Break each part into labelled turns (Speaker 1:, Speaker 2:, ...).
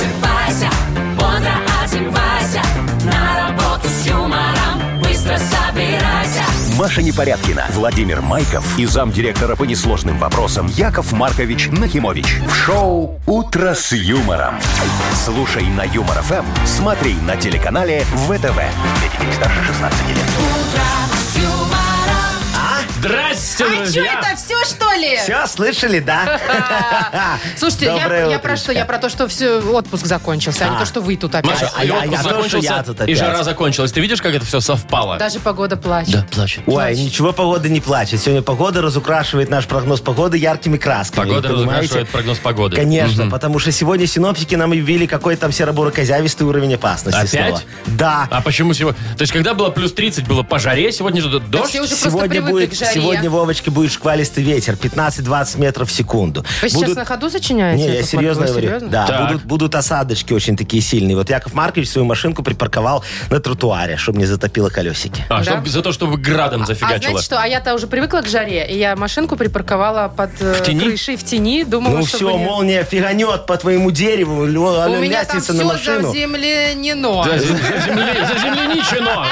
Speaker 1: Вася, бодро одевайся, на работу с юмором, быстро собирайся.
Speaker 2: Маша Непорядкина, Владимир Майков и замдиректора по несложным вопросам Яков Маркович Нахимович. В шоу «Утро с юмором». Слушай на Юмор ФМ, смотри на телеканале ВТВ. Для детей старше 16 лет.
Speaker 1: С юмором,
Speaker 3: Здрасте,
Speaker 4: А что
Speaker 3: друзья!
Speaker 4: это все что ли?
Speaker 5: Все, слышали, да?
Speaker 4: Слушайте,
Speaker 5: Доброе
Speaker 4: я, я про
Speaker 5: утречко.
Speaker 4: что? Я про то, что все отпуск закончился, а, не
Speaker 5: А.
Speaker 4: то, что вы тут опять.
Speaker 3: Маша,
Speaker 5: А
Speaker 3: а
Speaker 5: я- я
Speaker 3: отпуск
Speaker 5: тоже,
Speaker 3: закончился,
Speaker 5: я тут
Speaker 3: и
Speaker 5: опять.
Speaker 3: жара закончилась. Ты видишь, как это все совпало?
Speaker 4: Даже погода плачет.
Speaker 3: плачет.
Speaker 5: Ой, ничего погода не плачет. Сегодня погода разукрашивает наш прогноз погоды яркими красками.
Speaker 3: Погода
Speaker 5: вы понимаете?
Speaker 3: разукрашивает прогноз погоды.
Speaker 5: Конечно, потому что сегодня синоптики нам объявили, какой там серобуроказявистый уровень опасности
Speaker 3: Опять?
Speaker 5: снова. Да.
Speaker 3: А почему сегодня? То есть, когда было плюс 30, было по жаре, сегодня же дождь?
Speaker 4: все уже просто
Speaker 5: Сегодня
Speaker 4: привыкли
Speaker 5: будет,
Speaker 4: к жаре.
Speaker 5: сегодня, Вовочка, будет шквалистый ветер, 15-20 метров в секунду.
Speaker 4: Вы сейчас
Speaker 5: Будут-
Speaker 4: на ходу сочиняете?
Speaker 5: Не, я
Speaker 4: Яков
Speaker 5: серьезно
Speaker 4: Маркович,
Speaker 5: говорю.
Speaker 4: серьезно?
Speaker 5: Да,
Speaker 3: Так.
Speaker 5: будут, будут осадочки очень такие сильные. Вот Яков Маркович свою машинку припарковал на тротуаре, чтобы не затопило колесики.
Speaker 3: А, чтоб-
Speaker 4: Да.
Speaker 3: за то, чтобы градом
Speaker 4: А
Speaker 3: зафигачило.
Speaker 4: знаете что, а я-то уже привыкла к жаре, и я машинку припарковала под э,
Speaker 3: В тени?
Speaker 4: крышей в тени, думала,
Speaker 5: Ну
Speaker 4: чтобы
Speaker 5: все,
Speaker 4: не-
Speaker 5: молния фиганет по твоему дереву,
Speaker 4: У меня там
Speaker 5: лестница
Speaker 4: все
Speaker 5: на машину.
Speaker 4: заземлено.
Speaker 3: За- за- заземли- Заземленичено.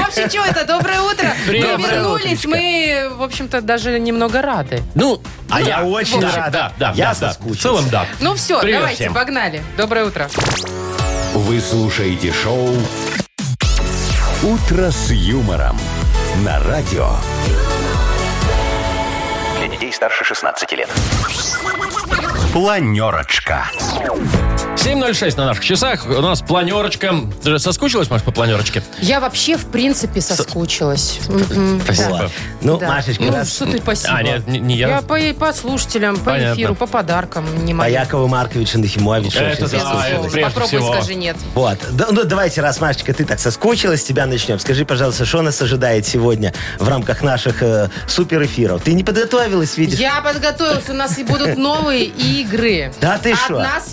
Speaker 4: В общем, что это? Доброе утро.
Speaker 3: Привет.
Speaker 4: Мы
Speaker 3: Доброе
Speaker 4: вернулись, мы, в общем-то, даже немного рады.
Speaker 3: Ну,
Speaker 5: А я очень
Speaker 3: да,
Speaker 5: рад.
Speaker 3: Да, да, да,
Speaker 5: Я
Speaker 3: да. В
Speaker 5: соскучился.
Speaker 3: целом, да.
Speaker 4: Ну все,
Speaker 3: Привет
Speaker 4: давайте,
Speaker 3: всем.
Speaker 4: погнали. Доброе утро.
Speaker 2: Вы слушаете шоу «Утро с юмором» на радио. Для детей старше 16 лет. Планерочка.
Speaker 3: 7.06 на наших часах. У нас планерочка. Ты же соскучилась, Маш, по планерочке?
Speaker 4: Я вообще, в принципе, соскучилась. М-м. Мгм.
Speaker 3: Спасибо.
Speaker 5: Вот. Ну,
Speaker 4: Да.
Speaker 5: Машечка,
Speaker 4: Ну,
Speaker 5: раз
Speaker 4: что ты спасибо.
Speaker 3: А, нет, не- не я.
Speaker 4: по, по слушателям, по
Speaker 3: Понятно. А
Speaker 4: эфиру, по подаркам не
Speaker 5: по
Speaker 4: моя.
Speaker 5: Якову Марковичу Нахимовичу.
Speaker 3: Это
Speaker 5: очень
Speaker 3: да,
Speaker 5: соскучилась.
Speaker 3: это прежде
Speaker 4: Попробуй,
Speaker 3: всего.
Speaker 4: скажи нет.
Speaker 5: Вот. Да, ну, давайте, раз, Машечка, ты так соскучилась, с тебя начнем. Скажи, пожалуйста, что нас ожидает сегодня в рамках наших э, суперэфиров? Ты не подготовилась, видишь?
Speaker 4: Я подготовился, у нас и будут новые игры.
Speaker 5: Да ты шо?
Speaker 4: Одна с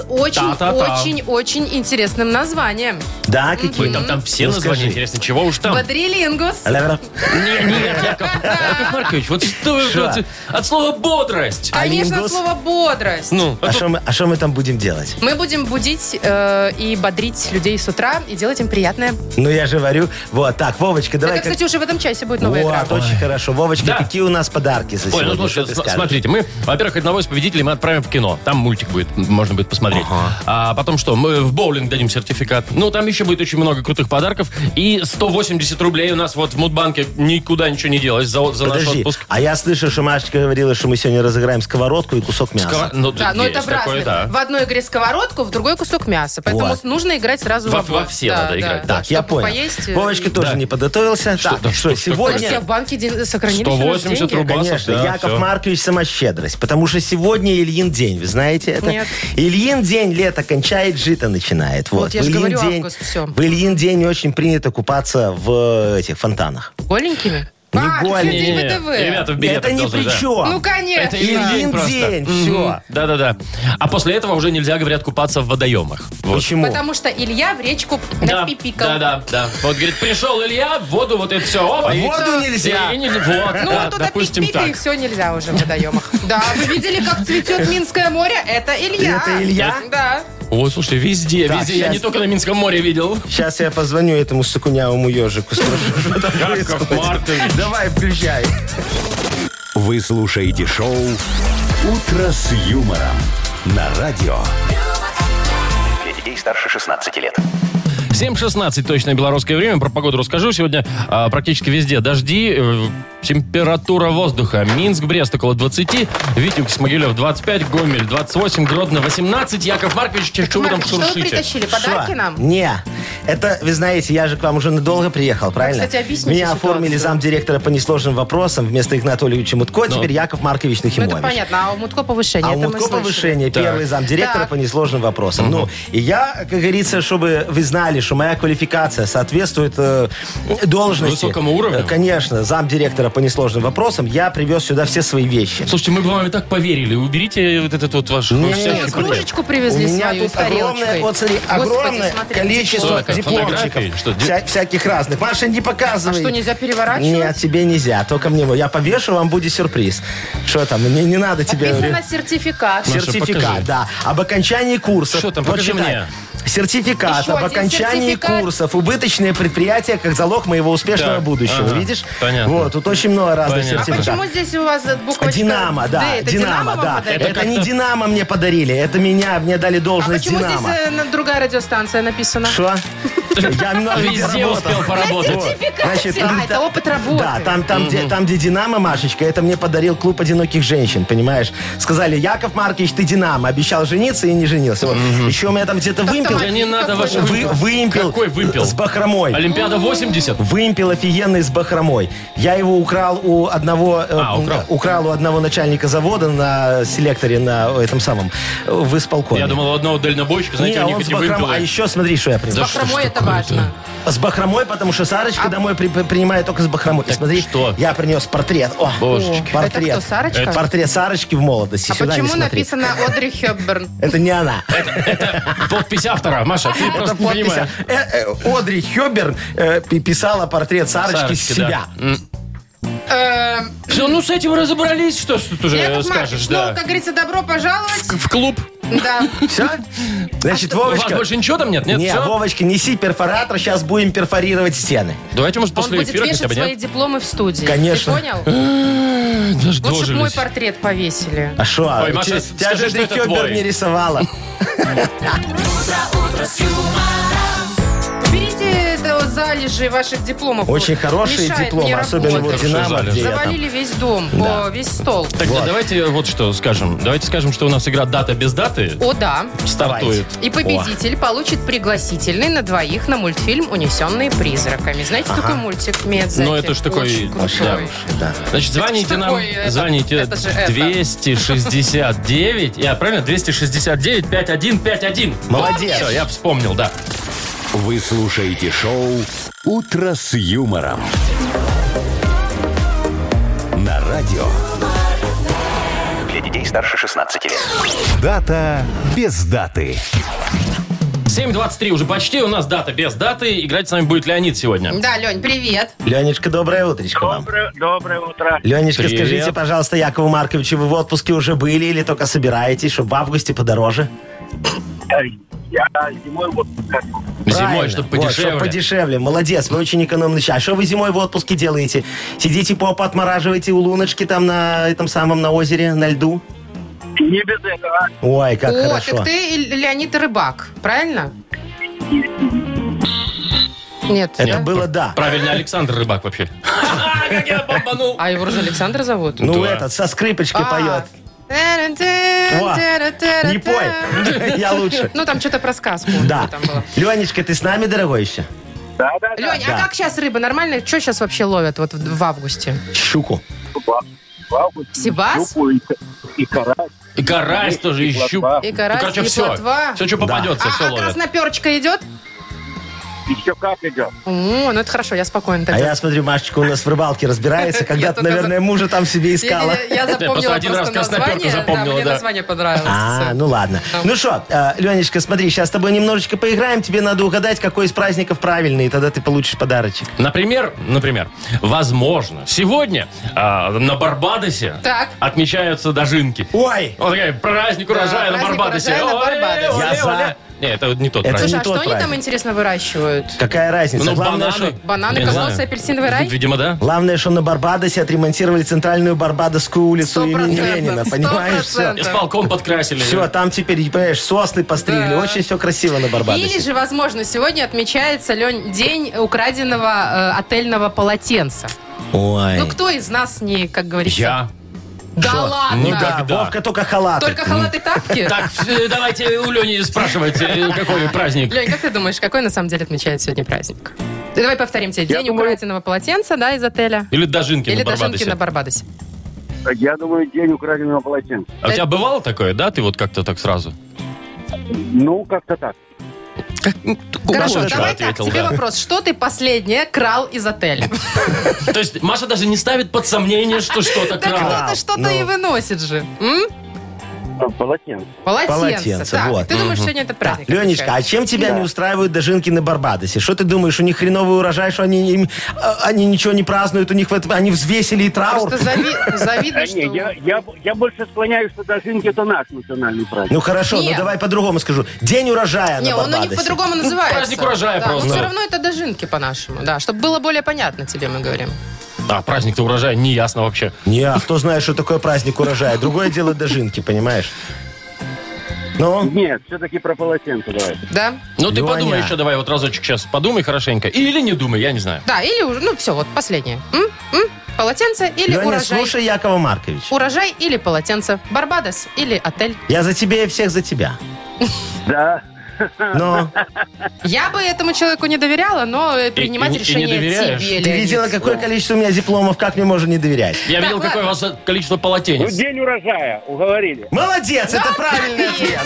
Speaker 3: Та-та-та.
Speaker 4: очень-очень-очень интересным названием.
Speaker 5: Да, какие?
Speaker 3: Ой, там, там все
Speaker 5: Ну,
Speaker 3: названия
Speaker 5: скажи.
Speaker 3: интересно. Чего уж там?
Speaker 4: Бодрилингус.
Speaker 5: Ля-ля-ля.
Speaker 3: Не, нет, Яков, Яков Маркович, вот что вы-
Speaker 5: Шо?
Speaker 3: вот от слова бодрость.
Speaker 4: Конечно,
Speaker 5: лингус?
Speaker 4: слово бодрость.
Speaker 3: Ну,
Speaker 5: А что мы, а шо мы там будем делать?
Speaker 4: Мы будем будить э, и бодрить людей с утра и делать им приятное.
Speaker 5: Ну, я же говорю. Вот, так, Вовочка, давай...
Speaker 4: Это, кстати, уже в этом часе будет
Speaker 3: а
Speaker 4: новая игра.
Speaker 5: вот, очень хорошо. Вовочка,
Speaker 3: Да.
Speaker 5: какие у нас подарки за
Speaker 3: Ой,
Speaker 5: сегодня?
Speaker 3: ну слушай,
Speaker 5: Что ты
Speaker 3: см-
Speaker 5: скажешь?
Speaker 3: смотрите, мы, во-первых, одного из победителей мы отправим в кино. Там мультик будет, м, можно будет посмотреть. А потом что? Мы в боулинг дадим сертификат. Ну, там еще будет очень много крутых подарков. И 180 рублей у нас вот в Мудбанке никуда ничего не делось за, за наш
Speaker 5: Подожди,
Speaker 3: отпуск.
Speaker 5: а я слышу, что Машечка говорила, что мы сегодня разыграем сковородку и кусок мяса.
Speaker 3: Скова- Ну,
Speaker 4: Да, но
Speaker 3: есть
Speaker 4: это в
Speaker 3: такое,
Speaker 4: разных.
Speaker 3: да.
Speaker 4: В одной игре сковородку, в другой кусок мяса. Поэтому
Speaker 5: Вот.
Speaker 4: нужно играть сразу
Speaker 3: Во-
Speaker 4: в обои.
Speaker 3: во все надо играть.
Speaker 5: Так, я
Speaker 4: чтобы
Speaker 5: понял.
Speaker 4: Поесть, э,
Speaker 5: Вовочка
Speaker 4: и-
Speaker 5: тоже не подготовился.
Speaker 3: Что-
Speaker 5: так,
Speaker 3: да
Speaker 5: что,
Speaker 3: что ж
Speaker 4: Подожди, а
Speaker 5: сегодня...
Speaker 4: в банке ден- сохранились у нас
Speaker 3: 180
Speaker 4: деньги?
Speaker 3: рублей. Рубасов,
Speaker 5: Конечно,
Speaker 3: да,
Speaker 5: Яков
Speaker 3: всё.
Speaker 5: Маркович сама щедрость, потому что сегодня Ильин день, вы знаете это?
Speaker 4: Нет.
Speaker 5: Ильин день лето кончает, жито начинает. Вот,
Speaker 4: Вот я
Speaker 5: в
Speaker 4: же
Speaker 5: Ильин
Speaker 4: говорю,
Speaker 5: день,
Speaker 4: август, всё.
Speaker 5: В Ильин день не очень принято купаться в э, этих фонтанах.
Speaker 4: Голенькими?
Speaker 5: Не
Speaker 4: а, ты
Speaker 5: голенькими.
Speaker 4: сегодня
Speaker 3: Не-не-не,
Speaker 4: ВДВ.
Speaker 3: Ребята, в билетах
Speaker 5: это не
Speaker 3: должны,
Speaker 5: при
Speaker 3: да.
Speaker 5: чем.
Speaker 4: Ну, конечно.
Speaker 3: Это Ильин день
Speaker 5: Ильин
Speaker 3: просто.
Speaker 5: день,
Speaker 3: Мгм.
Speaker 5: всё.
Speaker 3: Да-да-да. А после этого уже нельзя, говорят, купаться в водоемах. Вот.
Speaker 5: Почему?
Speaker 4: Потому что Илья в речку
Speaker 3: Да,
Speaker 4: напипикал.
Speaker 3: да, да, да. Вот, говорит, пришел Илья, в воду вот это все. Оп, и-
Speaker 5: Воду нельзя.
Speaker 3: И- и не- вот,
Speaker 4: Ну,
Speaker 3: да,
Speaker 4: вот туда
Speaker 3: допустим
Speaker 4: пик-пик, и
Speaker 3: так.
Speaker 4: все нельзя уже в водоемах. Да, вы видели, как цветет Минское море? Это Илья.
Speaker 5: Это Илья?
Speaker 4: Да.
Speaker 3: Ой, слушай, везде,
Speaker 5: Так,
Speaker 3: везде. Я
Speaker 5: щас.
Speaker 3: не только на Минском море видел.
Speaker 5: Сейчас я позвоню этому сукунявому ежику. спрошу, что там
Speaker 3: Яков
Speaker 5: происходит.
Speaker 3: Маркович.
Speaker 5: Давай, включай.
Speaker 2: Вы слушаете шоу «Утро с юмором» на радио. Для детей старше 16 лет.
Speaker 3: 7.16 точное белорусское время. Про погоду расскажу. Сегодня а, практически везде дожди. э, Температура воздуха. Минск, Брест около 20. Витебск, Могилев 25. Гомель 28. Гродно 18. Яков Маркович, что вы там
Speaker 4: Марк, что вы
Speaker 3: шуршите?
Speaker 4: притащили? Подарки
Speaker 5: Шо?
Speaker 4: нам?
Speaker 5: Не. Это, вы знаете, я же к вам уже надолго приехал, правильно?
Speaker 4: Ну, кстати, объясните
Speaker 5: Меня
Speaker 4: ситуацию.
Speaker 5: оформили замдиректора по несложным вопросам вместо Игнатольевича Мутко, теперь Яков Маркович
Speaker 4: Ну,
Speaker 5: Нахимович.
Speaker 4: это понятно. А у Мутко повышение.
Speaker 5: А у
Speaker 4: это мы
Speaker 5: Мутко
Speaker 4: слышали.
Speaker 5: повышение,
Speaker 3: Так.
Speaker 5: первый замдиректора
Speaker 4: Так.
Speaker 5: по несложным вопросам. Ну, и я, как говорится, чтобы вы знали, что моя квалификация соответствует э, должности.
Speaker 3: Высокому уровню?
Speaker 5: Э, Конечно, замдиректора по несложным вопросам, я привез сюда все свои вещи.
Speaker 3: Слушайте, мы бы вам и так поверили. Уберите вот этот вот ваш...
Speaker 5: Не,
Speaker 3: хрустящий
Speaker 5: не,
Speaker 4: Нет,
Speaker 3: пакет.
Speaker 4: кружечку
Speaker 5: У
Speaker 4: привезли
Speaker 5: меня
Speaker 4: свою с
Speaker 5: тут огромное,
Speaker 4: тарелочкой.
Speaker 5: вот смотри,
Speaker 4: Господи,
Speaker 5: огромное
Speaker 4: смотрите,
Speaker 5: количество
Speaker 3: диплом. Что, фотографии?
Speaker 5: дипломчиков.
Speaker 3: Что, ди-
Speaker 5: Вся- всяких разных. Маша, не
Speaker 4: А
Speaker 5: показывай.
Speaker 4: что, нельзя переворачивать?
Speaker 5: Нет, тебе нельзя, только мне. Я повешу, вам будет сюрприз. Что там, мне не надо тебе...
Speaker 4: Написано сертификат.
Speaker 3: Маша,
Speaker 5: Сертификат,
Speaker 3: покажи.
Speaker 5: да. Об окончании курсов.
Speaker 3: Что там?
Speaker 5: Вот
Speaker 3: Покажи
Speaker 5: читай.
Speaker 3: мне.
Speaker 5: Сертификат
Speaker 4: Еще
Speaker 5: об
Speaker 4: один
Speaker 5: окончании
Speaker 4: сертификат.
Speaker 5: курсов. Убыточное предприятие как залог моего успешного
Speaker 3: Так,
Speaker 5: будущего.
Speaker 3: ага,
Speaker 5: Видишь?
Speaker 3: понятно.
Speaker 5: Вот, тут очень много разных
Speaker 3: Понятно. А
Speaker 4: А
Speaker 5: сертификатов.
Speaker 4: почему здесь у вас буква
Speaker 5: Динамо, да.
Speaker 4: это
Speaker 5: Динамо,
Speaker 4: Динамо,
Speaker 5: да.
Speaker 4: вам
Speaker 5: Это,
Speaker 4: подарили?
Speaker 5: не
Speaker 3: как-то-
Speaker 5: Динамо мне подарили, это меня, мне дали
Speaker 4: А
Speaker 5: должность
Speaker 4: почему
Speaker 5: Динамо.
Speaker 4: здесь э, на- другая радиостанция написана?
Speaker 5: Что? Я много где
Speaker 3: Везде
Speaker 5: работал.
Speaker 3: успел поработать.
Speaker 5: Вот.
Speaker 4: Сертификат. А, это опыт работы.
Speaker 5: Да, там, там, где, там, где Динамо, Машечка, это мне подарил клуб одиноких женщин, понимаешь? Сказали, Яков Маркович, ты Динамо, обещал жениться и не женился. Вот. Еще у меня там где-то вымпел.
Speaker 3: Да не надо ваш
Speaker 5: Вы,
Speaker 3: вымпел.
Speaker 5: выимпел.
Speaker 3: Какой вымпел?
Speaker 5: С бахромой.
Speaker 3: Олимпиада 80?
Speaker 5: Вымпел офигенный с бахромой. Я его украл у одного... э,
Speaker 3: А, украл.
Speaker 5: м, у одного начальника завода на селекторе, на этом самом, э, в исполкоме.
Speaker 3: Я думал, у одного дальнобойщика, знаете,
Speaker 5: Не,
Speaker 3: у них
Speaker 5: он с
Speaker 3: эти
Speaker 5: бахром-
Speaker 3: вымпелы.
Speaker 5: А еще смотри, что я принес.
Speaker 3: Да
Speaker 4: С бахромой это важно.
Speaker 5: С бахромой, потому что
Speaker 4: А
Speaker 5: Сарочка домой при- при- принимает только с бахромой. И смотри,
Speaker 3: что?
Speaker 5: я принес портрет. О,
Speaker 3: Божечки.
Speaker 5: портрет.
Speaker 4: Это кто, Сарочка? Это-
Speaker 5: Портрет Сарочки в молодости.
Speaker 4: А
Speaker 5: Сюда не
Speaker 4: почему
Speaker 5: смотри.
Speaker 4: написано Одри Хепберн?
Speaker 5: Это не она.
Speaker 3: Подпись автора, Маша, ты
Speaker 5: Это
Speaker 3: просто не
Speaker 5: подпись.
Speaker 3: понимаешь.
Speaker 5: Э, э, Одри Хёберн э, пи- писала портрет Сарочки с
Speaker 3: Сарочки, да.
Speaker 5: себя.
Speaker 4: Э,
Speaker 3: Все, ну с этим разобрались, что ж тут уже
Speaker 4: Яков
Speaker 3: скажешь,
Speaker 4: Маркович,
Speaker 3: да.
Speaker 4: ну, как говорится, добро пожаловать.
Speaker 3: В клуб.
Speaker 4: Да.
Speaker 5: Все? Значит,
Speaker 4: А
Speaker 3: У вас
Speaker 5: Вовочка...
Speaker 3: больше ничего там нет? Нет,
Speaker 5: Не,
Speaker 3: все?
Speaker 5: Вовочка, неси перфоратор, сейчас будем перфорировать стены.
Speaker 3: Давайте, может,
Speaker 4: Он
Speaker 3: после
Speaker 4: будет
Speaker 3: эфира хотя
Speaker 4: вешать
Speaker 3: бы,
Speaker 4: свои
Speaker 3: нет?
Speaker 4: дипломы в студии.
Speaker 5: Конечно.
Speaker 4: Ты понял?
Speaker 3: Даже
Speaker 4: Лучше бы мой
Speaker 3: дожились.
Speaker 4: портрет повесили.
Speaker 5: А шо?
Speaker 3: Ой, Маша,
Speaker 5: тебя, тебя
Speaker 3: скажи,
Speaker 5: же
Speaker 3: что
Speaker 5: Одри
Speaker 3: это
Speaker 5: Хёберн
Speaker 3: твой.
Speaker 5: не рисовала.
Speaker 4: Уберите это вот залежи ваших дипломов.
Speaker 5: Очень хорошие
Speaker 4: Мешает мне
Speaker 5: дипломы, особенно вот
Speaker 4: работать.
Speaker 3: Хорошо
Speaker 5: Динамо.
Speaker 3: залежи.
Speaker 5: где я там.
Speaker 4: Завалили весь дом, о, весь стол.
Speaker 3: Тогда
Speaker 5: Вот.
Speaker 3: давайте вот что скажем. Давайте скажем, что у нас игра «Дата без даты»
Speaker 4: О, да.
Speaker 3: стартует.
Speaker 4: И победитель получит пригласительный на двоих на мультфильм «Унесенные призраками». Знаете, такой мультик Медзаки?
Speaker 3: Ну, это ж такой,
Speaker 4: Очень
Speaker 3: да.
Speaker 4: крутой.
Speaker 5: Да.
Speaker 3: Значит, звоните
Speaker 4: что
Speaker 3: нам,
Speaker 4: такое? Это-
Speaker 3: звоните
Speaker 4: это же это.
Speaker 3: 269, я правильно, 269 5151.
Speaker 5: Молодец.
Speaker 3: Все, я вспомнил, да.
Speaker 2: Вы слушаете шоу «Утро с юмором». На радио.
Speaker 6: Для детей старше 16 лет.
Speaker 2: Дата без даты.
Speaker 3: 7.23 уже почти, у нас дата без даты. Играть с нами будет Леонид сегодня.
Speaker 4: Да, Лень, привет.
Speaker 5: Ленечка, доброе утречко вам.
Speaker 7: Доброе, доброе утро.
Speaker 5: Ленечка,
Speaker 3: Привет.
Speaker 5: скажите, пожалуйста, Якову Марковичу, вы в отпуске уже были или только собираетесь, чтобы в августе подороже?
Speaker 7: Я зимой вот
Speaker 3: Зимой,
Speaker 5: Правильно.
Speaker 3: чтобы
Speaker 5: Вот, чтоб
Speaker 3: подешевле.
Speaker 5: подешевле. Молодец, вы очень экономный человек. А что вы зимой в отпуске делаете? Сидите попу отмораживаете у луночки там на этом самом, на озере, на льду?
Speaker 7: не без этого.
Speaker 5: Ой, как
Speaker 4: О,
Speaker 5: хорошо.
Speaker 4: так ты и Леонид Рыбак, правильно? Нет.
Speaker 5: Это
Speaker 4: да?
Speaker 5: было да.
Speaker 3: Правильно, Александр Рыбак вообще. Ха-ха, Как я бомбанул.
Speaker 4: А его уже Александр зовут?
Speaker 5: Ну
Speaker 3: Да.
Speaker 5: этот, со скрипочкой
Speaker 4: А.
Speaker 5: поет. Во. Не
Speaker 4: Не
Speaker 5: пой, я лучше.
Speaker 4: Ну, там что-то про сказку.
Speaker 5: Да.
Speaker 4: Там было.
Speaker 5: Ленечка, ты с нами, дорогой еще?
Speaker 7: Да, да, да.
Speaker 4: Лень, а
Speaker 5: Да.
Speaker 4: как сейчас рыба? Нормально? Что сейчас вообще ловят вот в в августе?
Speaker 5: Щуку.
Speaker 4: Сибас?
Speaker 7: Щуку и, и карась.
Speaker 3: И карась тоже, и
Speaker 7: плотва.
Speaker 3: щук.
Speaker 7: Ну,
Speaker 4: И
Speaker 3: Ну,
Speaker 4: карась,
Speaker 3: короче,
Speaker 4: и
Speaker 3: все.
Speaker 4: плотва?
Speaker 3: Все, что попадется,
Speaker 4: а,
Speaker 3: все
Speaker 4: а
Speaker 3: ловят.
Speaker 4: красноперочка идет?
Speaker 7: Еще как идет.
Speaker 4: О, ну это хорошо, я спокойно
Speaker 5: А
Speaker 4: тогда.
Speaker 5: я смотрю, Машечка у нас в рыбалке разбирается. Когда-то,
Speaker 4: только за-
Speaker 5: наверное, мужа там себе искала.
Speaker 4: Я- я- я запомнила
Speaker 3: просто один раз
Speaker 4: просто
Speaker 3: красноперку
Speaker 4: название.
Speaker 3: запомнила,
Speaker 4: да. Мне
Speaker 3: да.
Speaker 4: название понравилось.
Speaker 5: А, ну ладно. Ну что, Ленечка, смотри, сейчас с тобой немножечко поиграем. Тебе надо угадать, какой из праздников правильный, и тогда ты получишь подарочек.
Speaker 3: Например, например, возможно, сегодня а, на Барбадосе
Speaker 4: Так.
Speaker 3: отмечаются дожинки.
Speaker 5: Ой!
Speaker 3: Вот такая, праздник урожая на
Speaker 4: праздник
Speaker 3: Барбадосе.
Speaker 4: урожая на
Speaker 3: Оле,
Speaker 4: Барбадосе.
Speaker 3: оле,
Speaker 5: Я
Speaker 3: оле.
Speaker 5: за.
Speaker 3: Не, это не тот
Speaker 5: Это
Speaker 3: праздник.
Speaker 4: Слушай,
Speaker 5: не
Speaker 4: а что
Speaker 5: тот
Speaker 4: они там,
Speaker 5: праздник.
Speaker 4: интересно, выращивают?
Speaker 5: Какая разница?
Speaker 3: Ну,
Speaker 5: главное,
Speaker 3: бананы.
Speaker 5: что...
Speaker 4: Бананы,
Speaker 3: Не
Speaker 4: кокосы,
Speaker 3: знаю.
Speaker 4: апельсиновый рай?
Speaker 3: Видимо, да.
Speaker 5: Главное, что на Барбадосе отремонтировали центральную Барбадосскую улицу имени
Speaker 4: Стопроцентно,
Speaker 5: Ленина. Понимаешь? Все.
Speaker 4: стопроцентно.
Speaker 3: Исполком подкрасили.
Speaker 5: Все, там теперь, понимаешь, сосны постригли.
Speaker 4: Да.
Speaker 5: Очень все красиво на Барбадосе.
Speaker 4: Или же, возможно, сегодня отмечается, Лень, день украденного э, отельного полотенца.
Speaker 5: Ой.
Speaker 4: Ну, кто из нас не, как говорится...
Speaker 3: Я.
Speaker 4: Да ладно!
Speaker 5: Да,
Speaker 3: Никогда.
Speaker 5: Вовка только халаты.
Speaker 4: Только халаты тапки?
Speaker 3: Так, э, давайте у Лени спрашивать, э, какой праздник.
Speaker 4: Лень, как ты думаешь, какой на самом деле отмечает сегодня праздник? Ты Давай повторим тебе. День украденного полотенца, да, из отеля?
Speaker 3: Или дожинки
Speaker 4: Или
Speaker 3: на
Speaker 4: дожинки
Speaker 3: Барбадосе.
Speaker 4: на Барбадосе?
Speaker 7: Я думаю, день украденного полотенца.
Speaker 3: А у тебя бывало такое, да? Ты вот как-то так сразу.
Speaker 7: Ну, как-то так.
Speaker 3: Как, ну,
Speaker 4: Хорошо,
Speaker 3: коротко
Speaker 4: давай
Speaker 3: ответил,
Speaker 4: так, тебе
Speaker 3: да.
Speaker 4: вопрос. Что ты последнее крал из отеля?
Speaker 3: То есть Маша даже не ставит под сомнение, что что-то
Speaker 4: Да
Speaker 3: крала.
Speaker 4: кто-то что-то
Speaker 5: ну.
Speaker 4: и выносит же. М?
Speaker 7: А, Полотенце.
Speaker 4: Полотенце.
Speaker 5: Полотенце,
Speaker 4: Так,
Speaker 5: вот.
Speaker 4: Ты думаешь, сегодня это
Speaker 5: Да,
Speaker 4: праздник?
Speaker 5: Ленечка, а
Speaker 4: отмечают?
Speaker 5: чем тебя не устраивают дожинки на Барбадосе? Что ты думаешь, у них хреновый урожай, что они, им, а, они ничего не празднуют, у них в этом- они взвесили и
Speaker 3: а
Speaker 5: траур?
Speaker 4: Просто зави- завидно,
Speaker 7: Да Э, не, я,
Speaker 4: А что...
Speaker 7: я, я больше склоняюсь, что дожинки это наш национальный праздник.
Speaker 5: Ну хорошо,
Speaker 4: Нет.
Speaker 5: ну давай по-другому скажу. День урожая
Speaker 4: Не,
Speaker 5: на
Speaker 4: он у
Speaker 5: Барбадосе.
Speaker 4: них по-другому называется.
Speaker 3: праздник урожая
Speaker 4: Да,
Speaker 3: просто.
Speaker 4: Но все равно это дожинки по-нашему, да. Чтобы было более понятно тебе, мы говорим.
Speaker 3: Да, праздник-то урожая, не ясно вообще.
Speaker 5: Не, а кто знает, что такое праздник урожая? Другое дело дожинки, понимаешь? Ну,
Speaker 7: Нет, все-таки про полотенце давай.
Speaker 4: Да?
Speaker 3: Ну, ты
Speaker 5: Леня.
Speaker 3: подумай еще, давай, вот разочек сейчас подумай хорошенько. Или не думай, я не знаю.
Speaker 4: Да, или уже... Ну, все, вот последнее. М? М? Полотенце или
Speaker 5: Леня,
Speaker 4: урожай?
Speaker 5: слушай Якова Маркович.
Speaker 4: Урожай или полотенце? Барбадос или отель?
Speaker 5: Я за тебя и всех за тебя.
Speaker 7: Да.
Speaker 5: Но
Speaker 4: Я бы этому человеку не доверяла, но э,
Speaker 3: и
Speaker 4: принимать
Speaker 3: не- и не
Speaker 4: решение
Speaker 3: доверяешь?
Speaker 4: тебе,
Speaker 5: ты
Speaker 4: Леонид.
Speaker 5: видела, какое количество у меня дипломов, как мне можно не доверять?
Speaker 3: Я видел, какое у вас количество
Speaker 5: Ну,
Speaker 3: полотенец.
Speaker 7: Ну, день урожая, уговорили.
Speaker 5: Молодец, это правильный ответ.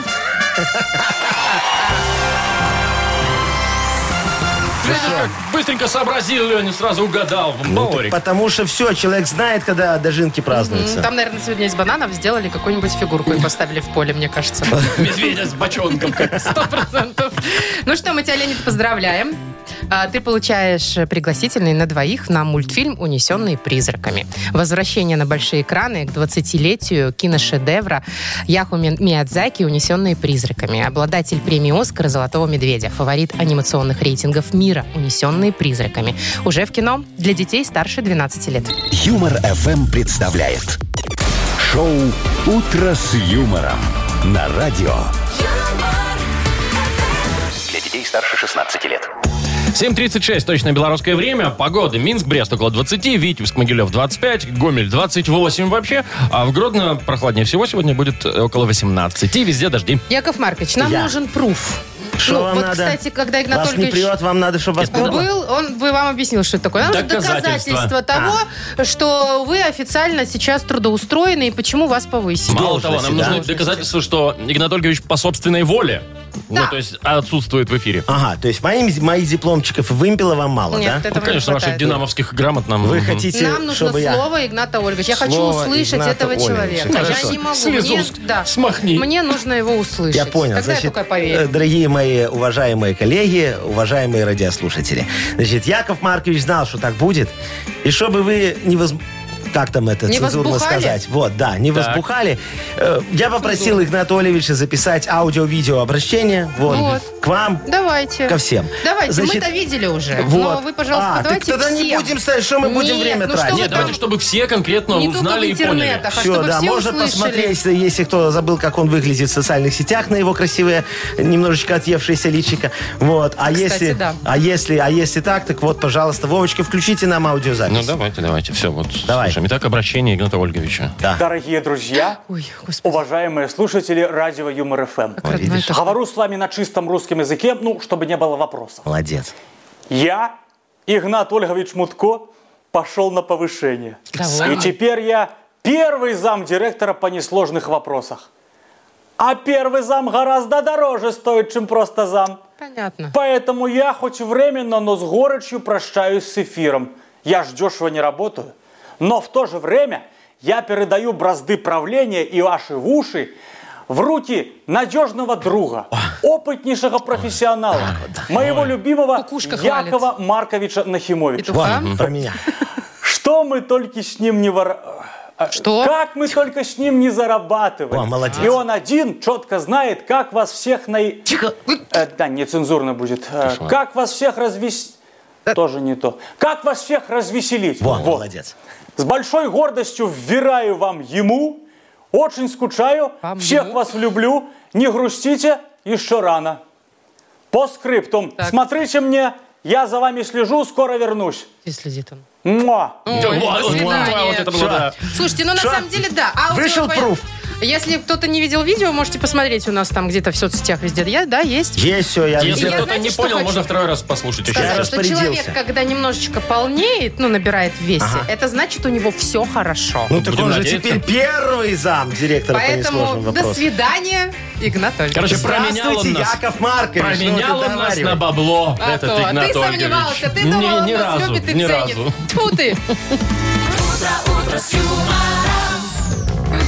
Speaker 3: Как Быстренько сообразил, Леня, сразу угадал.
Speaker 5: Ну,
Speaker 3: Баурик.
Speaker 5: так Потому что все, человек знает, когда дожинки празднуются.
Speaker 4: М, Там, наверное, сегодня из бананов сделали какую-нибудь фигурку и поставили в поле, мне кажется.
Speaker 3: Медведя с бочонком. как.
Speaker 4: Сто процентов. Ну что, мы тебя, Леонид, поздравляем. А, Ты получаешь пригласительный на двоих на мультфильм «Унесенные призраками». Возвращение на большие экраны к 20-летию киношедевра Яху Ми- Миядзаки «Унесенные призраками». Обладатель премии «Оскар» и «Золотого медведя». Фаворит анимационных рейтингов мира «Унесенные призраками». Уже в кино для детей старше 12 лет.
Speaker 2: Юмор FM представляет шоу Утро с юмором на радио.
Speaker 6: Для детей старше 16 лет.
Speaker 3: 7.36, точно белорусское время. Погода. Минск, Брест около 20, Витебск, Могилев 25, Гомель 28 вообще. А в Гродно прохладнее всего сегодня будет э, около 18. И везде дожди.
Speaker 4: Яков Маркович, нам
Speaker 5: Я.
Speaker 4: нужен пруф.
Speaker 5: Что
Speaker 4: ну,
Speaker 5: вам
Speaker 4: вот,
Speaker 5: надо?
Speaker 4: кстати, когда
Speaker 5: Вас не
Speaker 4: Игнатольевич...
Speaker 5: прет, вам надо, чтобы вас
Speaker 4: Он
Speaker 5: было?
Speaker 4: был, он бы вам объяснил, что это такое. Нам нужно
Speaker 3: Доказательство.
Speaker 4: доказательство того,
Speaker 5: А.
Speaker 4: что вы официально сейчас трудоустроены и почему вас повысили.
Speaker 3: Мало того, нам
Speaker 5: да?
Speaker 3: нужны доказательства, что Игнатольевич по собственной воле,
Speaker 4: Да.
Speaker 3: ну, то есть отсутствует в эфире.
Speaker 5: Ага, то есть моим, моих дипломчиков и вымпела вам мало,
Speaker 4: Нет,
Speaker 5: да?
Speaker 4: этого
Speaker 3: Ну,
Speaker 4: не
Speaker 3: конечно, ваших
Speaker 4: хватает.
Speaker 3: динамовских грамот нам...
Speaker 5: Вы
Speaker 3: мгм.
Speaker 5: хотите,
Speaker 4: Нам нужно
Speaker 5: чтобы я...
Speaker 4: слово Игната Ольговича. Я хочу
Speaker 5: Слово
Speaker 4: услышать
Speaker 5: Игната
Speaker 4: этого
Speaker 5: Ольговича.
Speaker 4: человека.
Speaker 3: Хорошо.
Speaker 4: Я не могу.
Speaker 3: Слезу
Speaker 4: Мне-
Speaker 3: с-
Speaker 4: да.
Speaker 3: смахни.
Speaker 4: Мне нужно его услышать.
Speaker 5: Я понял.
Speaker 4: Тогда я
Speaker 5: Значит,
Speaker 4: только
Speaker 5: э,
Speaker 4: поверю.
Speaker 5: дорогие мои уважаемые коллеги, уважаемые радиослушатели. Значит, Яков Маркович знал, что так будет. И чтобы вы не воз... Как там это
Speaker 4: Не
Speaker 5: цензурно
Speaker 4: возбухали?
Speaker 5: сказать? Вот, да, не
Speaker 3: Так.
Speaker 5: возбухали. Э, Я попросил Игнатольевича записать аудио-видео обращение. Вот.
Speaker 4: Вот.
Speaker 5: К вам,
Speaker 4: Давайте.
Speaker 5: ко всем.
Speaker 4: Давайте.
Speaker 5: Значит,
Speaker 4: Мы-то видели уже.
Speaker 5: вот.
Speaker 4: Но вы, пожалуйста,
Speaker 5: А, так
Speaker 4: давайте
Speaker 5: тогда не
Speaker 4: всем.
Speaker 5: будем ставить, что мы будем
Speaker 4: Нет,
Speaker 5: время
Speaker 4: ну
Speaker 5: тратить?
Speaker 4: что вы
Speaker 3: А, Нет, давайте,
Speaker 4: там-
Speaker 3: чтобы все конкретно
Speaker 4: Не только в
Speaker 3: узнали и поняли.
Speaker 4: интернетах, а
Speaker 5: Все,
Speaker 4: чтобы
Speaker 5: да,
Speaker 4: все
Speaker 5: можно
Speaker 4: услышали.
Speaker 5: посмотреть, если- если кто забыл, как он выглядит в социальных сетях на его красивое, немножечко отъевшееся личико. Вот. А
Speaker 4: Кстати,
Speaker 5: если,
Speaker 4: да.
Speaker 5: а если, а если так, так вот, пожалуйста, Вовочка, включите нам аудиозапись.
Speaker 3: Ну, давайте, давайте. Все, вот
Speaker 5: Давай.
Speaker 3: слушаем. Итак, обращение Игната Ольговича.
Speaker 8: Дорогие друзья,
Speaker 4: Ой, господи.
Speaker 8: уважаемые слушатели радио Юмор ФМ.
Speaker 4: как родной так.
Speaker 8: Говорю с вами на чистом русском языке, ну, чтобы не было вопросов.
Speaker 5: Молодец.
Speaker 8: Я, Игнат Ольгович Мутко, пошел на повышение.
Speaker 4: Давай.
Speaker 8: И теперь я первый зам директора по несложных вопросах. А первый зам гораздо дороже стоит, чем просто зам.
Speaker 4: Понятно.
Speaker 8: Поэтому я хоть временно, но с горечью прощаюсь с эфиром. Я ж дешево не работаю. Но в то же время я передаю бразды правления и ваши уши в руки надежного друга, опытнейшего профессионала, моего любимого
Speaker 4: Кукушка хвалит.
Speaker 8: Якова Марковича Нахимовича.
Speaker 4: Петуха.
Speaker 5: Про меня.
Speaker 8: Что мы только с ним не вор... э,
Speaker 4: Что?
Speaker 8: Как мы только с ним не зарабатываем.
Speaker 5: О, молодец.
Speaker 8: И он один четко знает, как вас всех на...
Speaker 5: Тихо.
Speaker 8: Э, да, нецензурно будет. Э, как вас всех развес... Тоже не то. Как вас всех развеселить?
Speaker 5: Во,
Speaker 8: Вот.
Speaker 5: молодец.
Speaker 8: С большой гордостью вверяю вам ему. Очень скучаю.
Speaker 4: Вам
Speaker 8: всех
Speaker 4: ему.
Speaker 8: вас люблю. Не грустите. Еще рано. По скриптум.
Speaker 4: Так.
Speaker 8: Смотрите мне. Я за вами слежу. Скоро вернусь.
Speaker 4: Ты следит он.
Speaker 8: Муа.
Speaker 4: Ой,
Speaker 3: Вот,
Speaker 4: до
Speaker 3: вот,
Speaker 4: свидания.
Speaker 3: вот это было, да.
Speaker 4: Слушайте, ну на
Speaker 5: Шо?
Speaker 4: самом деле, да. аудио
Speaker 5: Вышел
Speaker 4: понятно.
Speaker 5: пруф.
Speaker 4: Если кто-то не видел видео, можете посмотреть у нас там где-то в соцсетях везде. Я, да, есть.
Speaker 5: Есть все, я
Speaker 3: Если
Speaker 4: Я
Speaker 5: везде-
Speaker 3: кто-то
Speaker 4: знаете,
Speaker 3: не
Speaker 4: что
Speaker 3: понял,
Speaker 4: хочу?
Speaker 3: можно второй раз послушать еще.
Speaker 5: Я
Speaker 4: Сказать, что
Speaker 5: распорядился.
Speaker 4: человек, когда немножечко полнеет, ну, набирает в весе,
Speaker 5: Ага.
Speaker 4: это значит, у него все хорошо.
Speaker 5: Ну, так
Speaker 3: будем
Speaker 5: он же
Speaker 3: надеяться.
Speaker 5: теперь первый зам директора по несложным
Speaker 4: Поэтому до
Speaker 5: вопросам.
Speaker 4: свидания, Игнатоль.
Speaker 3: Короче, променял он
Speaker 5: Здравствуйте,
Speaker 3: нас.
Speaker 5: Яков Маркович. ну,
Speaker 3: Променял
Speaker 5: ты
Speaker 3: он нас
Speaker 5: договаривай.
Speaker 3: на бабло,
Speaker 4: А
Speaker 3: этот
Speaker 4: то,
Speaker 3: Игнат
Speaker 4: ты
Speaker 3: Ольгович.
Speaker 4: сомневался, ты думал,
Speaker 3: Не,
Speaker 4: он
Speaker 3: ни
Speaker 4: нас
Speaker 3: разу,
Speaker 4: любит и
Speaker 3: ни
Speaker 4: ценит.
Speaker 3: разу.
Speaker 4: Тьфу ты!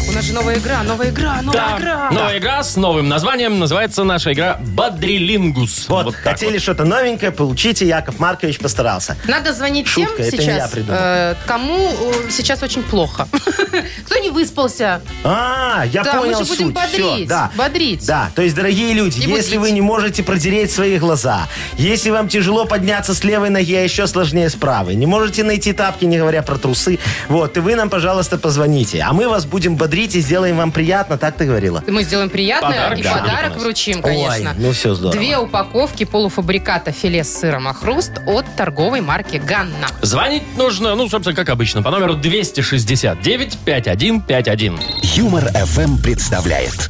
Speaker 4: У нас же новая игра, новая игра, новая
Speaker 3: Да.
Speaker 4: игра.
Speaker 3: Новая игра с новым названием. Называется наша игра «Бодрилингус».
Speaker 5: Вот,
Speaker 3: так
Speaker 5: хотели что-то новенькое, получите, Яков Маркович постарался.
Speaker 4: Надо звонить
Speaker 5: Шутка,
Speaker 4: тем
Speaker 5: это не я
Speaker 4: сейчас,
Speaker 5: придумал.
Speaker 4: э, кому э, сейчас очень плохо. Кто не выспался,
Speaker 5: А, я
Speaker 4: Да, мы
Speaker 5: понял
Speaker 4: же будем
Speaker 5: суть. Всё,
Speaker 4: бодрить,
Speaker 5: да.
Speaker 4: бодрить.
Speaker 5: Да, то есть, дорогие люди,
Speaker 4: И
Speaker 5: если
Speaker 4: будить.
Speaker 5: вы не можете продереть свои глаза, если вам тяжело подняться с левой ноги, а еще сложнее с правой, не можете найти тапки, не говоря про трусы, вот, и вы нам, пожалуйста, позвоните, а мы вас будем бодрить и сделаем вам приятно, так ты говорила?
Speaker 4: мы сделаем приятное
Speaker 3: Подарок,
Speaker 4: и
Speaker 3: да, будет у
Speaker 4: подарок
Speaker 3: нас.
Speaker 4: вручим, конечно.
Speaker 5: Ой, ну все здорово.
Speaker 4: Две упаковки полуфабриката филе с сыром «Ахруст» от торговой марки «Ганна».
Speaker 3: Звонить нужно, ну, собственно, как обычно, по номеру 269-5151.
Speaker 2: Юмор FM представляет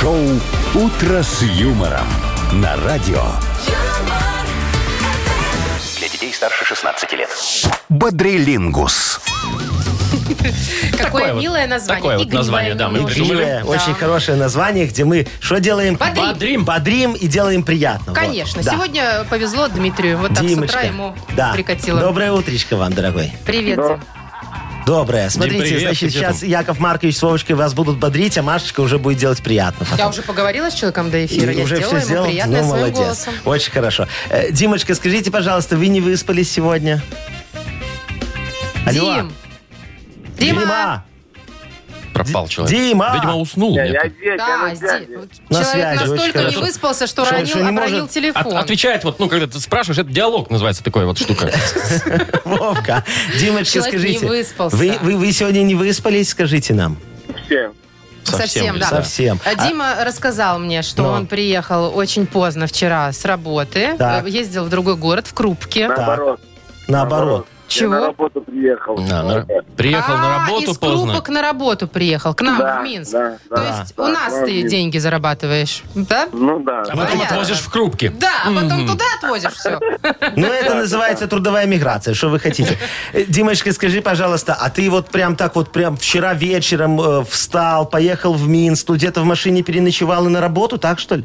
Speaker 2: шоу Утро с юмором на радио
Speaker 6: Для детей старше 16 лет.
Speaker 2: Бодрилингус.
Speaker 4: Какое
Speaker 3: Такое вот-
Speaker 4: милое название.
Speaker 3: такое вот
Speaker 4: Игривое
Speaker 3: название, да, мы
Speaker 4: немножко.
Speaker 3: придумали.
Speaker 5: Игривое, очень хорошее название, где мы что делаем?
Speaker 4: Бодрим.
Speaker 5: Бодрим. Бодрим и делаем приятно. вот.
Speaker 4: Конечно.
Speaker 5: Да.
Speaker 4: Сегодня повезло Дмитрию. Вот так с утра
Speaker 5: Димочка,
Speaker 4: ему
Speaker 5: да.
Speaker 4: прикатило.
Speaker 5: Доброе утречко вам, дорогой.
Speaker 4: Привет, Дим.
Speaker 5: Доброе. Смотрите,
Speaker 3: привет,
Speaker 5: значит,
Speaker 3: ты где
Speaker 5: сейчас Яков Маркович с Вовочкой вас будут бодрить, а Машечка уже будет делать приятно. потом.
Speaker 4: Я уже поговорила с человеком до эфира.
Speaker 5: И
Speaker 4: Я
Speaker 5: уже
Speaker 4: сделала
Speaker 5: все
Speaker 4: ему
Speaker 5: сделал.
Speaker 4: приятное
Speaker 5: ну,
Speaker 4: своим
Speaker 5: молодец.
Speaker 4: голосом.
Speaker 5: Очень хорошо. Э, Димочка, скажите, пожалуйста, вы не выспались сегодня? Алло.
Speaker 4: Дим. Дима.
Speaker 3: Пропал человек.
Speaker 5: Дима!
Speaker 3: Видимо, уснул. нет?
Speaker 7: здесь,
Speaker 4: Да, Ди-
Speaker 5: На
Speaker 4: Человек
Speaker 5: связи, очень
Speaker 4: настолько не
Speaker 5: хорошо.
Speaker 4: выспался, что
Speaker 5: Что,
Speaker 4: ранил,
Speaker 5: что не
Speaker 4: обронил
Speaker 5: может?
Speaker 3: От-
Speaker 4: телефон.
Speaker 3: отвечает вот, ну, когда ты спрашиваешь, это диалог называется такая вот штука.
Speaker 5: Вовка. Димочка,
Speaker 4: Человек не
Speaker 5: скажите.
Speaker 4: выспался.
Speaker 5: Вы, вы, вы сегодня не выспались, скажите нам.
Speaker 7: Все.
Speaker 4: Совсем, да.
Speaker 5: Совсем.
Speaker 4: А Дима рассказал мне, что
Speaker 5: Ну.
Speaker 4: он приехал очень поздно вчера с работы,
Speaker 5: Так.
Speaker 4: э, ездил в другой город, в Крупке.
Speaker 7: Наоборот.
Speaker 5: Наоборот.
Speaker 4: Чего?
Speaker 7: Я на работу приехал.
Speaker 3: На- на- Приехал
Speaker 4: А,
Speaker 3: на работу
Speaker 4: из Крупок
Speaker 3: поздно.
Speaker 4: на работу приехал, к нам,
Speaker 7: Да,
Speaker 4: А, в Минск.
Speaker 7: да,
Speaker 4: То
Speaker 7: да,
Speaker 4: есть
Speaker 7: да,
Speaker 4: у нас
Speaker 7: да, в
Speaker 4: ты
Speaker 7: Минск.
Speaker 4: деньги зарабатываешь, да?
Speaker 7: Ну да.
Speaker 3: А потом
Speaker 4: Понятно.
Speaker 3: отвозишь в крупки.
Speaker 4: Да, а потом туда отвозишь все.
Speaker 5: Ну, это называется трудовая миграция, что вы хотите. Э, Димочка, скажи, пожалуйста, а ты вот прям так вот прям вчера вечером э, встал, поехал в Минск, тут где-то в машине переночевал и на работу, так что ли?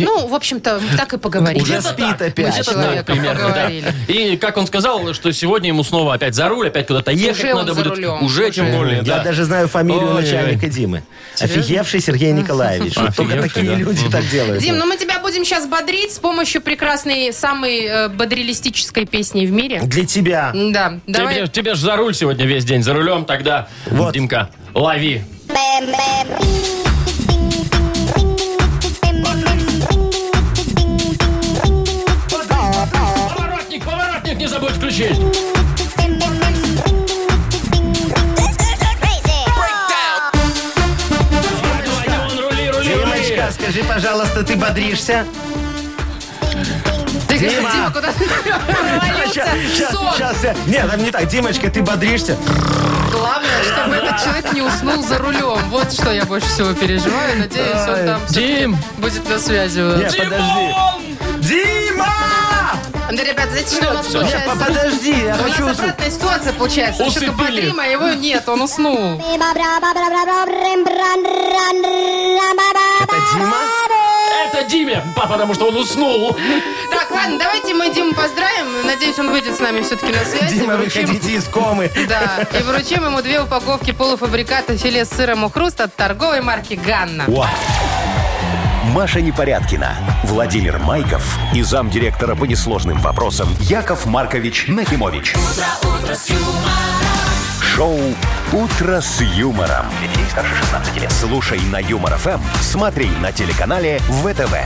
Speaker 4: Ну, в общем-то, так и поговорили.
Speaker 5: Уже
Speaker 4: Где-то
Speaker 5: спит
Speaker 4: так.
Speaker 5: опять.
Speaker 4: Мы с
Speaker 5: Вот
Speaker 3: Так,
Speaker 4: человеком
Speaker 3: Ну, примерно, да.
Speaker 4: поговорили.
Speaker 3: И как он сказал, что сегодня ему снова опять за руль, опять куда-то ехать
Speaker 4: Уже он
Speaker 3: надо
Speaker 4: за
Speaker 3: будет.
Speaker 4: рулем.
Speaker 3: Уже, тем
Speaker 4: Уже.
Speaker 3: более,
Speaker 5: Я
Speaker 3: да.
Speaker 5: даже знаю фамилию
Speaker 3: Ой-ой-ой.
Speaker 5: начальника Димы. Офигевший Сергей Николаевич. Вот Только
Speaker 3: Офигевший,
Speaker 5: такие
Speaker 3: да.
Speaker 5: люди так делают.
Speaker 4: Дим, ну мы тебя будем сейчас бодрить с помощью прекрасной, самой э, бодрилистической песни в мире.
Speaker 5: Для тебя.
Speaker 4: Да,
Speaker 3: Тебе,
Speaker 4: давай.
Speaker 3: тебе же за руль сегодня весь день, за рулем тогда,
Speaker 5: Вот.
Speaker 3: Димка, лови. Поворотник, поворотник не забудь включить. Давай, давай, вон, рули,
Speaker 4: ну,
Speaker 3: рули, рули.
Speaker 5: Димочка, скажи, пожалуйста, ты бодришься?
Speaker 4: Ты, говоришь,
Speaker 5: Дима.
Speaker 4: Дима, куда ты провалился?
Speaker 5: Сейчас,
Speaker 4: Сон.
Speaker 5: сейчас. Нет, там не так. Димочка, ты бодришься?
Speaker 4: Главное, чтобы этот человек не уснул за рулем. Вот что я больше всего переживаю. Надеюсь, он там всё-таки
Speaker 3: Дим.
Speaker 4: будет на связи. Э, у нас.
Speaker 5: Нет, Э, подожди. Дима!
Speaker 4: Да, ребят, знаете, что у нас
Speaker 5: Нет, по-
Speaker 4: получается?
Speaker 5: подожди, я
Speaker 4: У нас
Speaker 5: хочу... услышать.
Speaker 4: обратная ситуация получается. Мы только
Speaker 3: Усыпили.
Speaker 4: бодрим, а его нет, он уснул.
Speaker 5: Это Дима?
Speaker 3: Это Диме, па, потому что он уснул.
Speaker 4: Так, ладно, давайте мы Диму поздравим. Надеюсь, он выйдет с нами все-таки на связь. и
Speaker 5: Дима,
Speaker 4: вручим-
Speaker 5: выходите из комы.
Speaker 4: Да, и вручим ему две упаковки полуфабриката филе с сыром и хруст от торговой марки «Ганна».
Speaker 2: Маша Непорядкина, Владимир Майков и замдиректора по несложным вопросам Яков Маркович Нахимович. Шоу Утро с юмором. Для детей старше 16 лет. Слушай на юмор ФМ, смотри на телеканале ВТВ.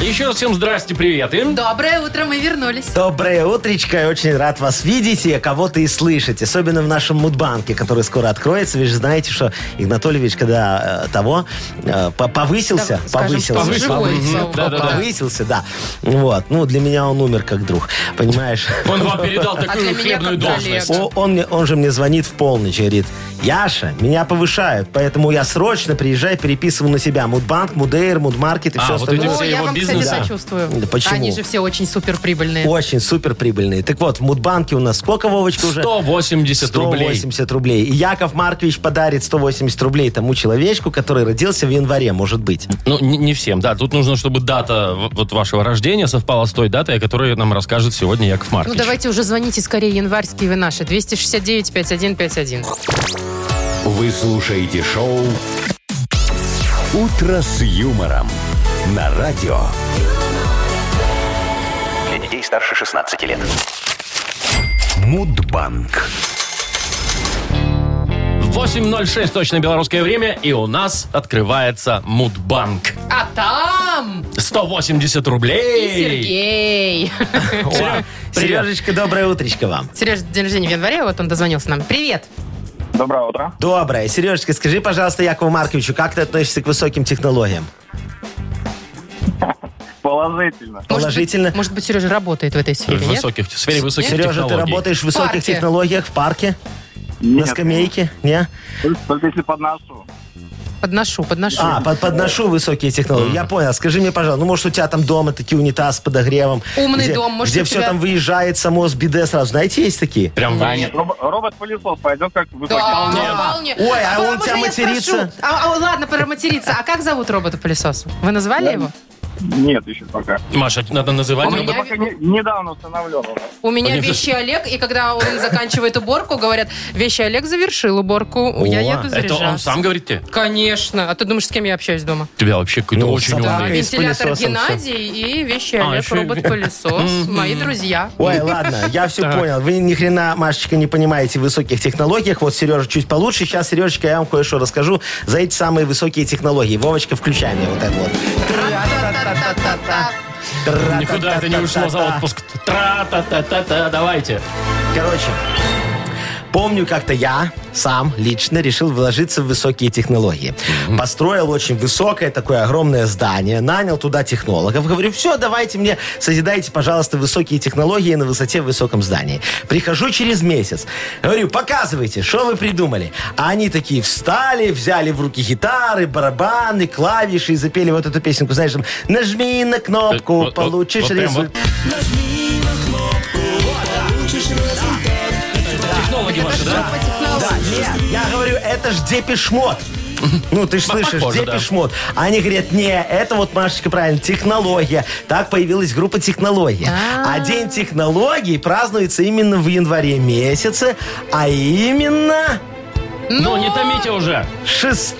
Speaker 3: И еще раз всем здрасте, привет. И
Speaker 4: Доброе утро, мы вернулись.
Speaker 5: Доброе утречко, я очень рад вас видеть и кого-то и слышать, особенно в нашем Мудбанке, который скоро откроется. Вы же знаете, что Игнатольевич, когда э, того, э, по- повысился,
Speaker 4: Да, скажем,
Speaker 5: повысился,
Speaker 4: повысился. Живой,
Speaker 5: повысился,
Speaker 4: слава богу, да.
Speaker 5: повысился, да. Вот, ну для меня он умер как друг, понимаешь?
Speaker 3: он вам передал такую
Speaker 4: А для меня
Speaker 3: хлебную
Speaker 4: как
Speaker 3: должность.
Speaker 4: коллега.
Speaker 5: О, он, мне- он же мне звонит в полночь и говорит, Яша, меня повышают, поэтому я срочно приезжай, переписываю на себя Мудбанк, Мудейр, Мудмаркет и
Speaker 3: А,
Speaker 5: все
Speaker 3: вот
Speaker 5: остальное.
Speaker 3: эти
Speaker 4: О,
Speaker 3: все
Speaker 4: Ну, я
Speaker 3: его
Speaker 4: вам,
Speaker 3: бизнес,
Speaker 4: кстати,
Speaker 3: да.
Speaker 4: сочувствую.
Speaker 5: Да почему?
Speaker 4: Они же все очень суперприбыльные. Ну,
Speaker 5: Очень супер прибыльные. Так вот, в Мудбанке у нас сколько, Вовочка, уже?
Speaker 3: 180 рублей.
Speaker 5: 180 рублей. И Яков Маркович подарит 180 рублей тому человечку, который родился в январе, может быть.
Speaker 3: Ну, не, не всем, да. Тут нужно, чтобы дата в- вот вашего рождения совпала с той датой, о которой нам расскажет сегодня Яков
Speaker 4: Ну,
Speaker 3: Маркович.
Speaker 4: давайте уже звоните скорее январьские вы наши. 269-5151.
Speaker 2: Вы слушаете шоу «Утро с юмором» на радио.
Speaker 6: Для детей старше 16 лет.
Speaker 2: Мудбанк.
Speaker 3: 8.06 точно белорусское время, и у нас открывается Мудбанк.
Speaker 4: А там
Speaker 3: 180
Speaker 4: и
Speaker 3: рублей.
Speaker 4: Сергей.
Speaker 3: Сереж, привет.
Speaker 5: Сережечка, доброе утречко вам.
Speaker 4: Сереж, день рождения в январе, а вот он дозвонился нам. Привет.
Speaker 7: Доброе утро.
Speaker 5: Доброе. Сережечка, скажи, пожалуйста, Якову Марковичу, как ты относишься к высоким технологиям?
Speaker 7: Положительно.
Speaker 4: Может
Speaker 5: Положительно.
Speaker 4: быть- Может быть, Сережа работает в этой сфере,
Speaker 3: В
Speaker 4: нет?
Speaker 3: высоких, в сфере высоких
Speaker 5: Сережа, ты
Speaker 3: технологий.
Speaker 5: работаешь в высоких
Speaker 4: парке.
Speaker 5: технологиях в парке? на
Speaker 7: Нет,
Speaker 5: скамейке? Не?
Speaker 7: Только, Ну, только если под нашу.
Speaker 4: Подношу, подношу.
Speaker 5: А, под- подношу высокие технологии. Я понял. Скажи мне, пожалуйста, ну, может, у тебя там дома такие унитаз с подогревом.
Speaker 4: Умный
Speaker 5: где-
Speaker 4: дом, может,
Speaker 5: Где
Speaker 4: у
Speaker 5: все
Speaker 4: тебя-
Speaker 5: там выезжает само с биде сразу. Знаете, есть такие?
Speaker 3: Прям вы-
Speaker 7: Робо- Робот-пылесос пойдет как высокий.
Speaker 4: Да, вполне.
Speaker 5: Ой, а он
Speaker 4: можно
Speaker 5: тебя
Speaker 4: я
Speaker 5: матерится?
Speaker 4: спрошу? А, а, ладно, про материться. А как зовут робота-пылесоса? Вы назвали его?
Speaker 7: Нет, еще пока.
Speaker 3: Маша, надо
Speaker 4: У
Speaker 3: называть.
Speaker 4: меня,
Speaker 7: Пока не- недавно установлен.
Speaker 4: у меня
Speaker 3: Понятно.
Speaker 4: вещи Олег, и когда он заканчивает уборку, говорят, вещи Олег завершил уборку, я
Speaker 5: О,
Speaker 4: еду
Speaker 3: Это он
Speaker 4: заряжаться.
Speaker 3: сам говорит тебе?
Speaker 4: Конечно. А ты думаешь, с кем я общаюсь дома? А,
Speaker 3: Тебя вообще какой-то
Speaker 5: Ну,
Speaker 3: очень
Speaker 5: собака.
Speaker 3: умный.
Speaker 5: И с
Speaker 4: Вентилятор
Speaker 5: пылесосом всё.
Speaker 4: Геннадий и вещи
Speaker 3: А,
Speaker 4: Олег,
Speaker 3: еще и-
Speaker 4: робот-пылесос, мои друзья. А
Speaker 5: Ой, ладно, я все понял. Вы ни хрена, Машечка, не понимаете в высоких технологиях. Вот Сережа чуть получше. Сейчас, Сережечка, я вам кое-что расскажу за эти самые высокие технологии. Вовочка, включай мне вот это вот. Тра-та-та-та-та.
Speaker 3: Никуда это не а ушло за отпуск. Тра-та-та-та-та, давайте.
Speaker 5: Короче, помню, как-то я сам лично решил вложиться в высокие технологии. Построил очень высокое такое огромное здание, нанял туда технологов. Говорю, все, давайте мне, созидайте, пожалуйста, высокие технологии на высоте в высоком здании. Прихожу через месяц. Говорю, показывайте, что вы придумали. А они такие встали, взяли в руки гитары, барабаны, клавиши и запели вот эту песенку. Знаешь, там, нажми на
Speaker 3: Вот-
Speaker 5: кнопку,
Speaker 3: вот-
Speaker 5: получишь
Speaker 3: вот прям
Speaker 5: результат.
Speaker 3: вот. Технологи ваши, да?
Speaker 5: Да, нет, я говорю, это ж депешмот. Ну, ты ж слышишь,
Speaker 3: похоже, да.
Speaker 5: депешмот. А Они говорят, не, это вот, Машечка, правильно, технология. Так появилась группа технология. А День технологий празднуется именно в январе месяце, а именно
Speaker 3: Ну, не томите уже.
Speaker 5: 6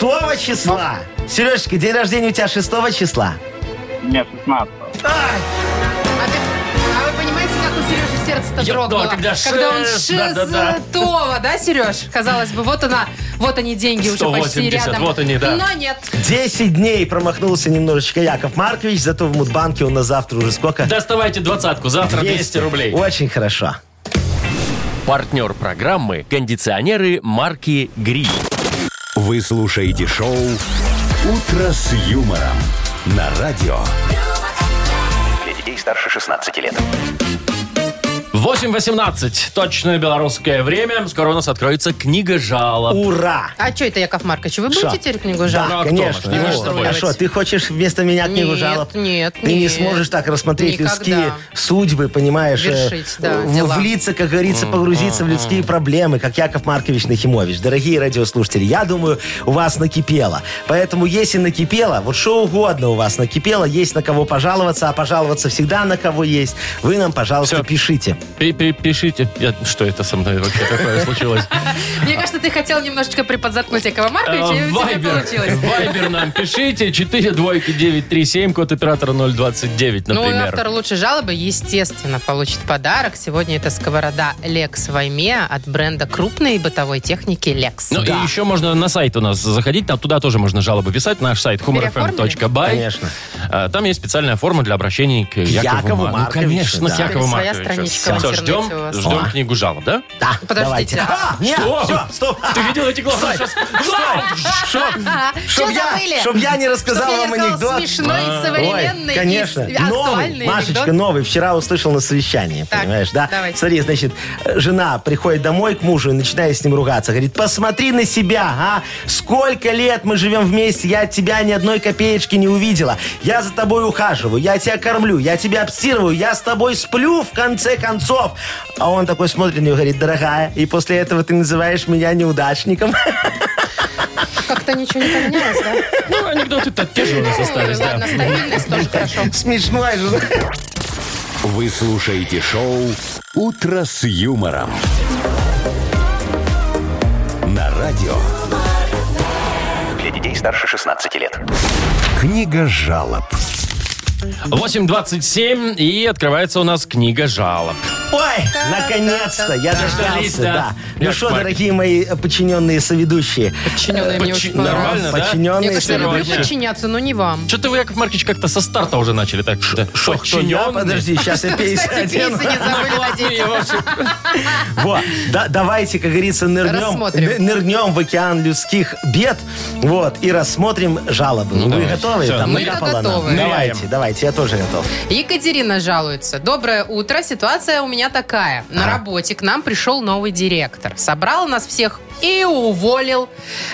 Speaker 5: числа. Сережечка, день рождения у тебя 6 числа.
Speaker 7: Нет, 16
Speaker 4: А ты- а вы понимаете, как у Сережи сердце-то
Speaker 3: Я-
Speaker 4: дрогнуло?
Speaker 3: да, когда
Speaker 4: он
Speaker 3: шест, да-да-да.
Speaker 4: шестого, да, Сереж? Казалось бы, вот она, вот они деньги уже почти
Speaker 3: 180,
Speaker 4: рядом.
Speaker 3: вот они, да.
Speaker 4: Но нет.
Speaker 5: 10 дней промахнулся немножечко Яков Маркович, зато в Мудбанке у нас завтра уже сколько?
Speaker 3: Доставайте двадцатку, завтра 200 рублей.
Speaker 5: Очень хорошо.
Speaker 9: Партнер программы кондиционеры марки Гри.
Speaker 2: Вы слушаете шоу «Утро с юмором» на радио.
Speaker 6: Для детей старше 16 лет.
Speaker 3: 8.18, точное белорусское время. Скоро у нас откроется книга жалоб.
Speaker 5: Ура!
Speaker 4: А что это, Яков Маркович, вы будете
Speaker 5: Шо?
Speaker 4: теперь книгу
Speaker 5: Да,
Speaker 4: жалоб?
Speaker 3: Ну, а кто
Speaker 5: конечно.
Speaker 3: ж, не
Speaker 5: ну,
Speaker 3: мы ж с тобой.
Speaker 5: а что, ты хочешь вместо меня книгу
Speaker 4: Нет,
Speaker 5: жалоб?
Speaker 4: нет,
Speaker 5: Ты не
Speaker 4: нет.
Speaker 5: сможешь так рассмотреть
Speaker 4: Никогда.
Speaker 5: людские судьбы, понимаешь? э,
Speaker 4: Вершить, да,
Speaker 5: в-
Speaker 4: дела.
Speaker 5: Влиться, как говорится, погрузиться в людские проблемы, как Яков Маркович Нахимович. Дорогие радиослушатели, я думаю, у вас накипело. Поэтому, если накипело, вот что угодно у вас накипело, есть на кого пожаловаться, а пожаловаться всегда на кого есть, вы нам, пожалуйста,
Speaker 3: Всё.
Speaker 5: пишите.
Speaker 3: Пи- пи- Пишите, Я- что это со мной вообще такое случилось?
Speaker 4: Мне кажется, ты хотел немножечко приподзаткнуть Якова Марковича, и у тебя получилось.
Speaker 3: Вайбер нам пишите. 4 двойки 937, код оператора 029,
Speaker 4: Ну, и автор
Speaker 3: например.
Speaker 4: лучшей жалобы, естественно, получит подарок. Сегодня это сковорода Lex Вайме от бренда крупной бытовой техники Lex.
Speaker 3: Ну и еще можно на сайт у нас заходить, там туда тоже можно жалобы писать. Наш сайт humorfm.by.
Speaker 5: Конечно.
Speaker 3: А, Там есть специальная форма для обращения к Якову,
Speaker 5: Якову
Speaker 3: Мар-
Speaker 5: Марковичу,
Speaker 3: Ну, конечно,
Speaker 5: да.
Speaker 3: к Якову
Speaker 4: Своя
Speaker 3: Марковичу.
Speaker 4: страничка в
Speaker 3: Всё,
Speaker 4: интернете у
Speaker 3: ждем,
Speaker 4: вас.
Speaker 3: ждем
Speaker 5: О.
Speaker 3: книгу жалоб, да?
Speaker 5: Да,
Speaker 4: Подождите,
Speaker 5: давайте.
Speaker 4: а?
Speaker 5: А, нет,
Speaker 3: Что?
Speaker 5: все, стоп.
Speaker 3: Ты видел эти глаза сейчас?
Speaker 4: Что
Speaker 5: Чтоб я,
Speaker 4: забыли?
Speaker 5: чтоб я не рассказал
Speaker 4: Чтоб я
Speaker 5: вам
Speaker 4: не сказала
Speaker 5: анекдот. А,
Speaker 4: смешной,
Speaker 5: Ой,
Speaker 4: современный и
Speaker 5: конечно.
Speaker 4: с- актуальный
Speaker 5: новый, Машечка, ну.
Speaker 4: анекдот.
Speaker 5: новый. Вчера услышал на совещании,
Speaker 4: Так,
Speaker 5: понимаешь, да?
Speaker 4: давайте.
Speaker 5: Смотри, значит, э, жена приходит домой к мужу и начинает с ним ругаться. Говорит, посмотри на себя, а? Сколько лет мы живем вместе, я от тебя ни одной копеечки не увидела. Я за тобой ухаживаю, я тебя кормлю, я тебя обстирываю, я с тобой сплю в конце концов. А он такой смотрит на нее и говорит, дорогая, и после этого ты называешь меня неудачником.
Speaker 4: Как-то ничего не поменялось, да?
Speaker 3: Ну, анекдоты-то те же у нас остались,
Speaker 4: Ну,
Speaker 3: да.
Speaker 4: Ладно, стабильность тоже хорошо.
Speaker 5: Смешной же.
Speaker 2: Вы слушаете шоу «Утро с юмором». На радио
Speaker 6: Для детей старше 16 лет.
Speaker 2: «Книга жалоб».
Speaker 3: 8.27, и открывается у нас книга жалоб.
Speaker 5: Ой, наконец-то, я
Speaker 3: Дождались,
Speaker 5: дождался,
Speaker 3: да.
Speaker 5: да. Ну
Speaker 3: Яков
Speaker 5: что,
Speaker 3: Маркович.
Speaker 5: дорогие мои э, подчиненные соведущие,
Speaker 4: Подчиненные мне
Speaker 3: Подчи-
Speaker 4: очень понравились.
Speaker 3: Нормально, да?
Speaker 4: Я,
Speaker 5: подчиненные
Speaker 4: конечно, люблю
Speaker 3: Сегодня.
Speaker 4: подчиняться, но не вам.
Speaker 3: Что-то вы, Яков Маркович, как-то со старта уже начали так. Что,
Speaker 5: Я, подожди, сейчас я
Speaker 4: Кстати,
Speaker 5: переодену.
Speaker 4: пейсы не забыли
Speaker 3: Ну,
Speaker 4: надеть.
Speaker 5: Вот, да- давайте, как говорится, нырнем,
Speaker 4: Рассмотрим.
Speaker 5: ны- нырнем в океан людских бед, вот, и рассмотрим жалобы. Вы
Speaker 3: давайте.
Speaker 5: готовы?
Speaker 3: Ну, Всё.
Speaker 5: Там
Speaker 4: Мы-то
Speaker 5: накапало нам?
Speaker 4: готовы.
Speaker 5: Давайте, давайте, я тоже готов.
Speaker 4: Екатерина жалуется. Доброе утро. Ситуация у меня такая. На работе к нам пришел новый директор. Собрал нас всех и уволил.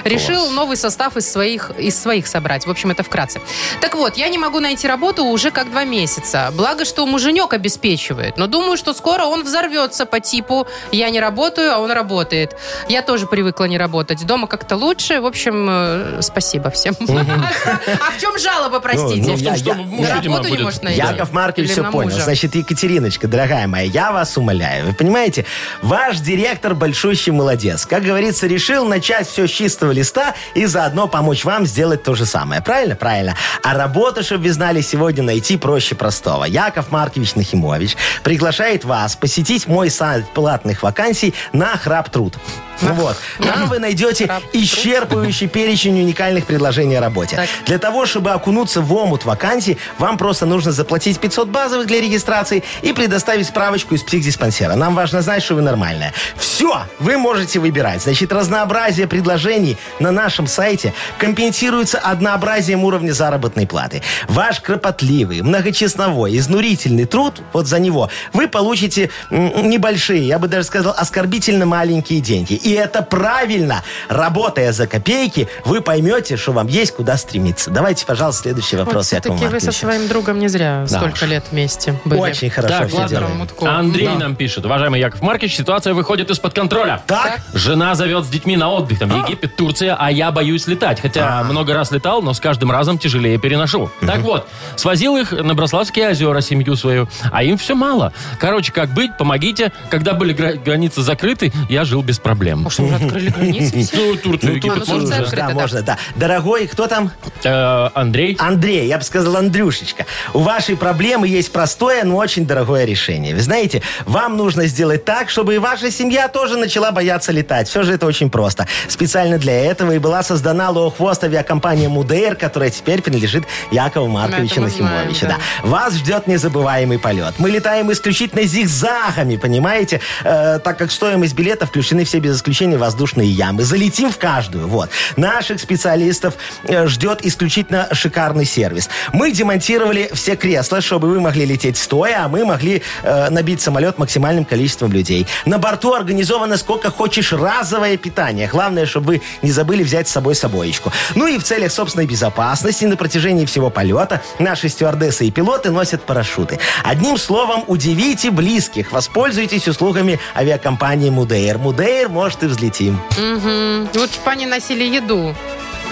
Speaker 4: Решил новый состав из своих, из своих собрать. В общем, это вкратце. Так вот, я не могу найти работу уже как два месяца. Благо, что муженек обеспечивает. Но думаю, что скоро он взорвется по типу «я не работаю, а он работает». Я тоже привыкла не работать. Дома как-то лучше. В общем, э, спасибо всем. А в чем жалоба, простите?
Speaker 5: ну,
Speaker 3: В том, что
Speaker 5: Я-
Speaker 3: муж,
Speaker 4: я-
Speaker 3: видимо,
Speaker 4: Работу не
Speaker 3: будет...
Speaker 4: может найти.
Speaker 3: Да.
Speaker 5: Яков Маркович
Speaker 4: Или
Speaker 5: все
Speaker 4: на
Speaker 5: понял.
Speaker 4: мужа.
Speaker 5: Значит, Екатериночка, дорогая моя, я вас умоляю. Вы понимаете, ваш директор большущий молодец. Как говорится, решил начать все с чистого листа и заодно помочь вам сделать то же самое. Правильно? Правильно. А работу, чтобы вы знали, сегодня найти проще простого. Яков Маркович Нахимович приглашает вас посетить мой сайт платных вакансий на Храбтруд. Вот. Там вы найдете исчерпывающий перечень уникальных предложений о работе. Для того, чтобы окунуться в омут вакансий, вам просто нужно заплатить 500 базовых для регистрации и предоставить справочку из психдиспансера. Нам важно знать, что вы нормальная. Все, вы можете выбирать. Значит, разнообразие предложений на нашем сайте компенсируется однообразием уровня заработной платы. Ваш кропотливый, многочасновой, изнурительный труд, вот за него, вы получите м, небольшие, я бы даже сказал, оскорбительно маленькие деньги. И это правильно. Работая за копейки, вы поймете, что вам есть куда стремиться. Давайте, пожалуйста, следующий вопрос, Якову
Speaker 4: Все-таки вы со
Speaker 5: Марковичу.
Speaker 4: своим другом не зря столько лет вместе были.
Speaker 5: Очень хорошо
Speaker 3: Так,
Speaker 5: все
Speaker 4: Ладно,
Speaker 5: делаем.
Speaker 4: Мутко.
Speaker 3: Андрей
Speaker 4: Да.
Speaker 3: нам пишет. Уважаемый Яков Маркович, ситуация выходит из-под контроля.
Speaker 5: Так?
Speaker 3: Жена зовет с детьми на отдых, там Египет, Турция, а я боюсь летать. Хотя много раз летал, но с каждым разом тяжелее переношу. Так вот, свозил их на Брославские озера, семью свою, а им все мало. Короче, как быть, помогите. Когда были гра- границы закрыты, я жил без проблем.
Speaker 4: Может, уже открыли границы все?
Speaker 3: Ну, Турцию, Египет,
Speaker 4: Турцию
Speaker 3: можно.
Speaker 4: закрыли.
Speaker 3: же.
Speaker 4: открыто,
Speaker 5: да,
Speaker 4: да.
Speaker 5: можно, да. Дорогой, кто там?
Speaker 3: Э, Андрей,
Speaker 5: Андрей, я бы сказал, Андрюшечка, у вашей проблемы есть простое, но очень дорогое решение. Вы знаете, вам нужно сделать так, чтобы и ваша семья тоже начала бояться летать. Все же это очень просто. Специально для этого и была создана лоухвост авиакомпания МУДР, которая теперь принадлежит Якову Марковичу
Speaker 4: Это мы знаем,
Speaker 5: Нахимовичу.
Speaker 4: да.
Speaker 5: да. Вас ждет незабываемый полет. Мы летаем исключительно зигзагами, понимаете? Э, так как в стоимость билета включены все без исключения воздушные ямы. Залетим в каждую. Вот. Наших специалистов э, ждет исключительно шикарный сервис. Мы демонтировали все кресла, чтобы вы могли лететь стоя, а мы могли э, набить самолет максимальным количеством людей. На борту организовано сколько хочешь разовое питание. Главное, чтобы вы не забыли взять с собой собоечку. Ну и в целях собственной безопасности на протяжении всего полета наши стюардессы и пилоты носят парашюты. Одним словом, удивите близких. Воспользуйтесь услугами авиакомпании Мудейр. Мудейр, может, и взлетим.
Speaker 4: Мгм. Лучше бы они носили еду.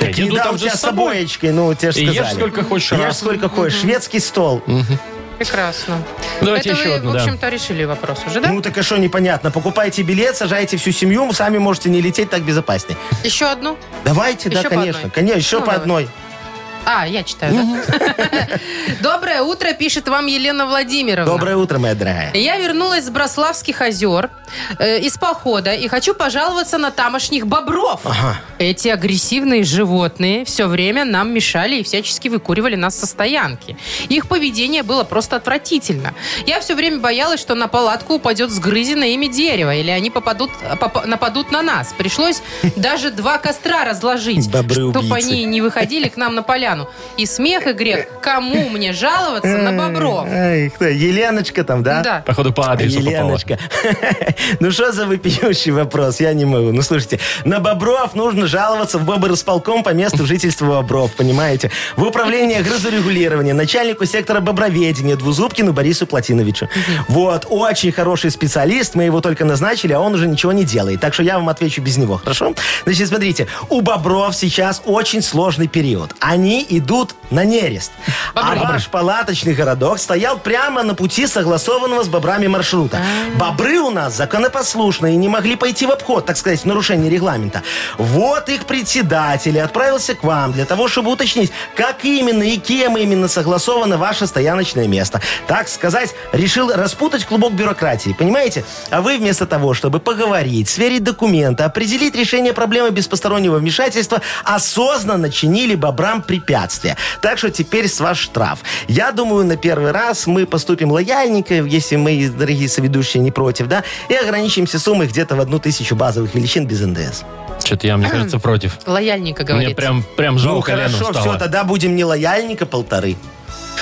Speaker 3: я иду
Speaker 5: Еда
Speaker 3: там
Speaker 5: у
Speaker 3: же
Speaker 5: тебя
Speaker 3: с
Speaker 5: собоечкой, ну, тебе же
Speaker 3: И ешь
Speaker 5: сказали.
Speaker 3: сколько хочешь
Speaker 5: Ешь
Speaker 3: раз.
Speaker 5: сколько хочешь. Шведский стол.
Speaker 4: Прекрасно.
Speaker 3: Давайте
Speaker 4: Это
Speaker 3: еще
Speaker 4: вы,
Speaker 3: одну,
Speaker 4: в
Speaker 3: да.
Speaker 4: общем-то, решили вопрос уже, да?
Speaker 5: Ну так а что непонятно? Покупайте билет, сажайте всю семью, сами можете не лететь, так безопаснее.
Speaker 4: Еще одну?
Speaker 5: Давайте,
Speaker 4: Еще
Speaker 5: да,
Speaker 4: по
Speaker 5: конечно.
Speaker 4: одной.
Speaker 5: Конечно, еще
Speaker 4: Ну,
Speaker 5: по
Speaker 4: давай.
Speaker 5: одной.
Speaker 4: А, я читаю, да? Доброе утро, пишет вам Елена Владимировна.
Speaker 5: Доброе утро, моя дорогая.
Speaker 4: Я вернулась с Брославских озер э, из похода и хочу пожаловаться на тамошних бобров. Эти агрессивные животные все время нам мешали и всячески выкуривали нас со стоянки. Их поведение было просто отвратительно. Я все время боялась, что на палатку упадет сгрызенное ими дерево, или они попадут, поп- нападут на нас. Пришлось даже два костра разложить,
Speaker 5: Бобры-убийцы.
Speaker 4: чтобы они не выходили к нам на поляну. И смех, и грех. Кому мне жаловаться на бобров?
Speaker 5: Эй, кто? Еленочка там, да?
Speaker 4: Да.
Speaker 3: Походу, по адресу попало.
Speaker 5: Еленочка. Ну что за вопиющий вопрос? Я не могу. Ну слушайте, на Бобров нужно жаловаться в Бобросполком по месту жительства Бобров, понимаете? В управление грызорегулирования, начальнику сектора боброведения Двузубкину Борису Платиновичу. Вот, очень хороший специалист, мы его только назначили, а он уже ничего не делает. Так что я вам отвечу без него, хорошо? Значит, смотрите, у Бобров сейчас очень сложный период. Они идут на нерест. А ваш палаточный городок стоял прямо на пути согласованного с бобрами маршрута. Бобры у нас законопослушные и не могли пойти в обход, так сказать, в нарушение регламента. Вот их председатель и отправился к вам для того, чтобы уточнить, как именно и кем именно согласовано ваше стояночное место. Так сказать, решил распутать клубок бюрократии, понимаете? А вы вместо того, чтобы поговорить, сверить документы, определить решение проблемы без постороннего вмешательства, осознанно чинили бобрам препятствия. Так что теперь с вас штраф. Я думаю, на первый раз мы поступим лояльненько, если мы, дорогие соведущие, не против, да, и ограничимся суммой где-то в одну тысячу базовых величин без НДС.
Speaker 3: Что-то я, мне кажется, против.
Speaker 4: Лояльника, говорит.
Speaker 3: Мне прям, прям
Speaker 5: ну
Speaker 3: жалко Лену
Speaker 5: хорошо, все,
Speaker 3: стало.
Speaker 5: тогда будем не лояльника полторы.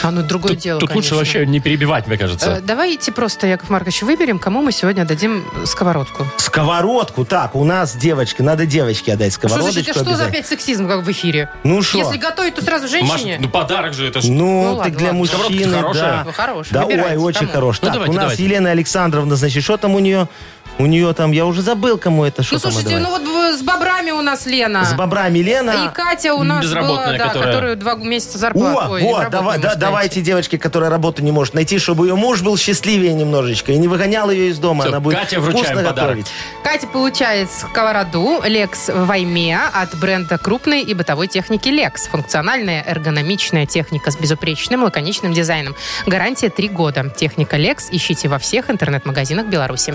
Speaker 4: А ну другое
Speaker 3: Тут,
Speaker 4: дело,
Speaker 3: тут лучше
Speaker 4: конечно.
Speaker 3: вообще не перебивать, мне
Speaker 4: Э,
Speaker 3: кажется.
Speaker 4: Давайте просто, Яков Маркович, выберем, кому мы сегодня дадим сковородку. Ну,
Speaker 5: Сковородку, так, у нас девочка, надо девочке отдать
Speaker 4: Что,
Speaker 5: сковородочку.
Speaker 4: значит, а что за
Speaker 5: обязательно.
Speaker 4: опять сексизм как в эфире?
Speaker 5: Ну шо?
Speaker 4: Если готовить, то сразу
Speaker 3: Маш,
Speaker 4: Э, женщине.
Speaker 3: ну подарок же это ж.
Speaker 5: Ну,
Speaker 4: Ну,
Speaker 5: так
Speaker 4: ладно,
Speaker 5: для
Speaker 4: ладно.
Speaker 5: мужчины,
Speaker 3: Сковородка хорошая?
Speaker 5: да.
Speaker 4: Ну, хорошая,
Speaker 5: Да, ой,
Speaker 4: выбирайте,
Speaker 5: очень
Speaker 4: кому.
Speaker 5: хорош.
Speaker 3: Ну,
Speaker 5: Так,
Speaker 3: давайте,
Speaker 5: у нас
Speaker 3: давайте.
Speaker 5: Елена Александровна, значит, что там у нее? У нее там, я уже забыл, кому это, что
Speaker 4: ну
Speaker 5: там
Speaker 4: слушайте, ну
Speaker 5: отдавать.
Speaker 4: вот э, с бобрами у нас Лена.
Speaker 5: С бобрами Лена.
Speaker 4: И Катя у нас была,
Speaker 3: Безработная,
Speaker 4: да,
Speaker 3: которая-
Speaker 4: которую два месяца зарплаты.
Speaker 5: О, вот, давай, да, давайте девочке, которая работу не может найти, чтобы ее муж был счастливее немножечко и не выгонял ее из дома.
Speaker 3: Всё,
Speaker 5: Она будет
Speaker 3: Кате вручаем
Speaker 5: вкусно
Speaker 3: подарок.
Speaker 5: готовить.
Speaker 4: Катя получает сковороду Lex Ваймеа от бренда крупной и бытовой техники Lex. Функциональная эргономичная техника с безупречным лаконичным дизайном. Гарантия 3 года. Техника Lex ищите во всех интернет-магазинах Беларуси.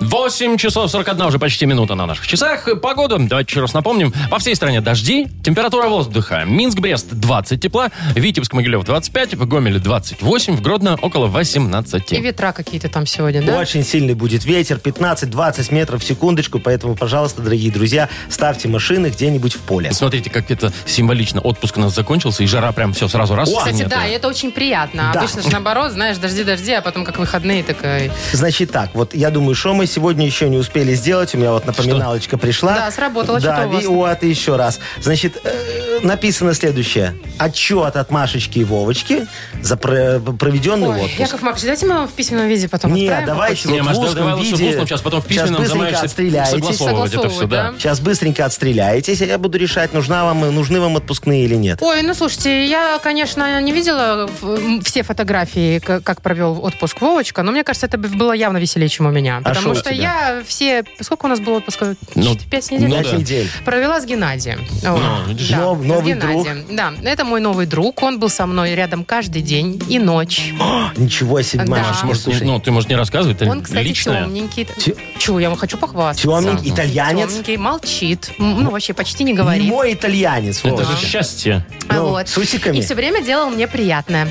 Speaker 3: 8 часов 41, уже почти минута на наших часах. Погода, давайте еще раз напомним. По всей стране дожди, температура воздуха. Минск-Брест 20 тепла, Витебск-Могилев 25, в Гомеле 28, в Гродно около
Speaker 4: И
Speaker 3: 18.
Speaker 4: ветра какие-то там сегодня, да?
Speaker 5: Очень сильный будет ветер, 15-20 метров в секундочку, поэтому, пожалуйста, дорогие друзья, ставьте машины где-нибудь в поле.
Speaker 3: Смотрите, как это символично. Отпуск у нас закончился, и жара прям все сразу раз.
Speaker 5: О,
Speaker 4: Кстати,
Speaker 3: Нет,
Speaker 4: да, и это очень приятно.
Speaker 5: Да.
Speaker 4: Обычно же наоборот, знаешь, дожди-дожди, а потом как выходные такая.
Speaker 5: Значит так, вот я думаю, что мы сегодня еще не успели сделать. У меня вот напоминалочка пришла.
Speaker 4: Да, сработало,
Speaker 5: Да,
Speaker 4: что-то у вас.
Speaker 5: ви- вот еще раз. Значит, э, написано следующее. Отчет от Машечки и Вовочки за про- проведенный
Speaker 4: Ой,
Speaker 5: отпуск.
Speaker 4: Яков Маркович, давайте мы вам в письменном виде потом
Speaker 5: Не,
Speaker 4: отправим.
Speaker 5: давайте
Speaker 3: Не,
Speaker 5: вот
Speaker 3: Маш,
Speaker 5: в
Speaker 3: давай
Speaker 5: узком
Speaker 3: лучше в
Speaker 5: виде.
Speaker 3: узком, сейчас потом в
Speaker 5: Сейчас
Speaker 3: письменном
Speaker 5: быстренько
Speaker 3: замаешься,
Speaker 5: отстреляетесь.
Speaker 3: согласовывай. Согласовывать это все, да.
Speaker 4: Согласовывать, да?
Speaker 5: Сейчас быстренько отстреляетесь, а я буду решать, нужна вам, нужны вам отпускные или нет.
Speaker 4: Ой, ну слушайте, я, конечно, не видела в- м, все фотографии, к- как провел отпуск Вовочка, но мне кажется, это б- было явно веселее, чем у меня.
Speaker 5: шо А у
Speaker 4: Потому что
Speaker 5: тебя?
Speaker 4: я все... Сколько у нас было отпуска?
Speaker 3: Ну,
Speaker 4: Пять недель?
Speaker 3: ну
Speaker 5: Пять
Speaker 3: да.
Speaker 5: недель.
Speaker 4: Провела с Геннадием. Вот.
Speaker 3: видишь.
Speaker 4: Да,
Speaker 5: Ну, Нов-
Speaker 4: с
Speaker 5: новый
Speaker 4: Геннадием. Да, это мой новый друг. Он был со мной рядом каждый день и ночь.
Speaker 5: О, ничего себе,
Speaker 4: Да.
Speaker 5: Маш.
Speaker 4: Маш,
Speaker 3: Может,
Speaker 5: слушай,
Speaker 3: ну, ты, может, не рассказывай, это
Speaker 4: Он, кстати,
Speaker 3: личное.
Speaker 4: темненький.
Speaker 5: Те-
Speaker 4: Чего, я ему хочу похвастаться.
Speaker 5: темненький итальянец.
Speaker 4: Темненький, молчит. М, Ну, вообще почти не говорит.
Speaker 5: Не мой итальянец,
Speaker 3: Это
Speaker 5: Вовочка.
Speaker 3: же счастье,
Speaker 4: А
Speaker 5: Ну,
Speaker 4: вот.
Speaker 5: с усиками.
Speaker 4: И все время делал мне приятное.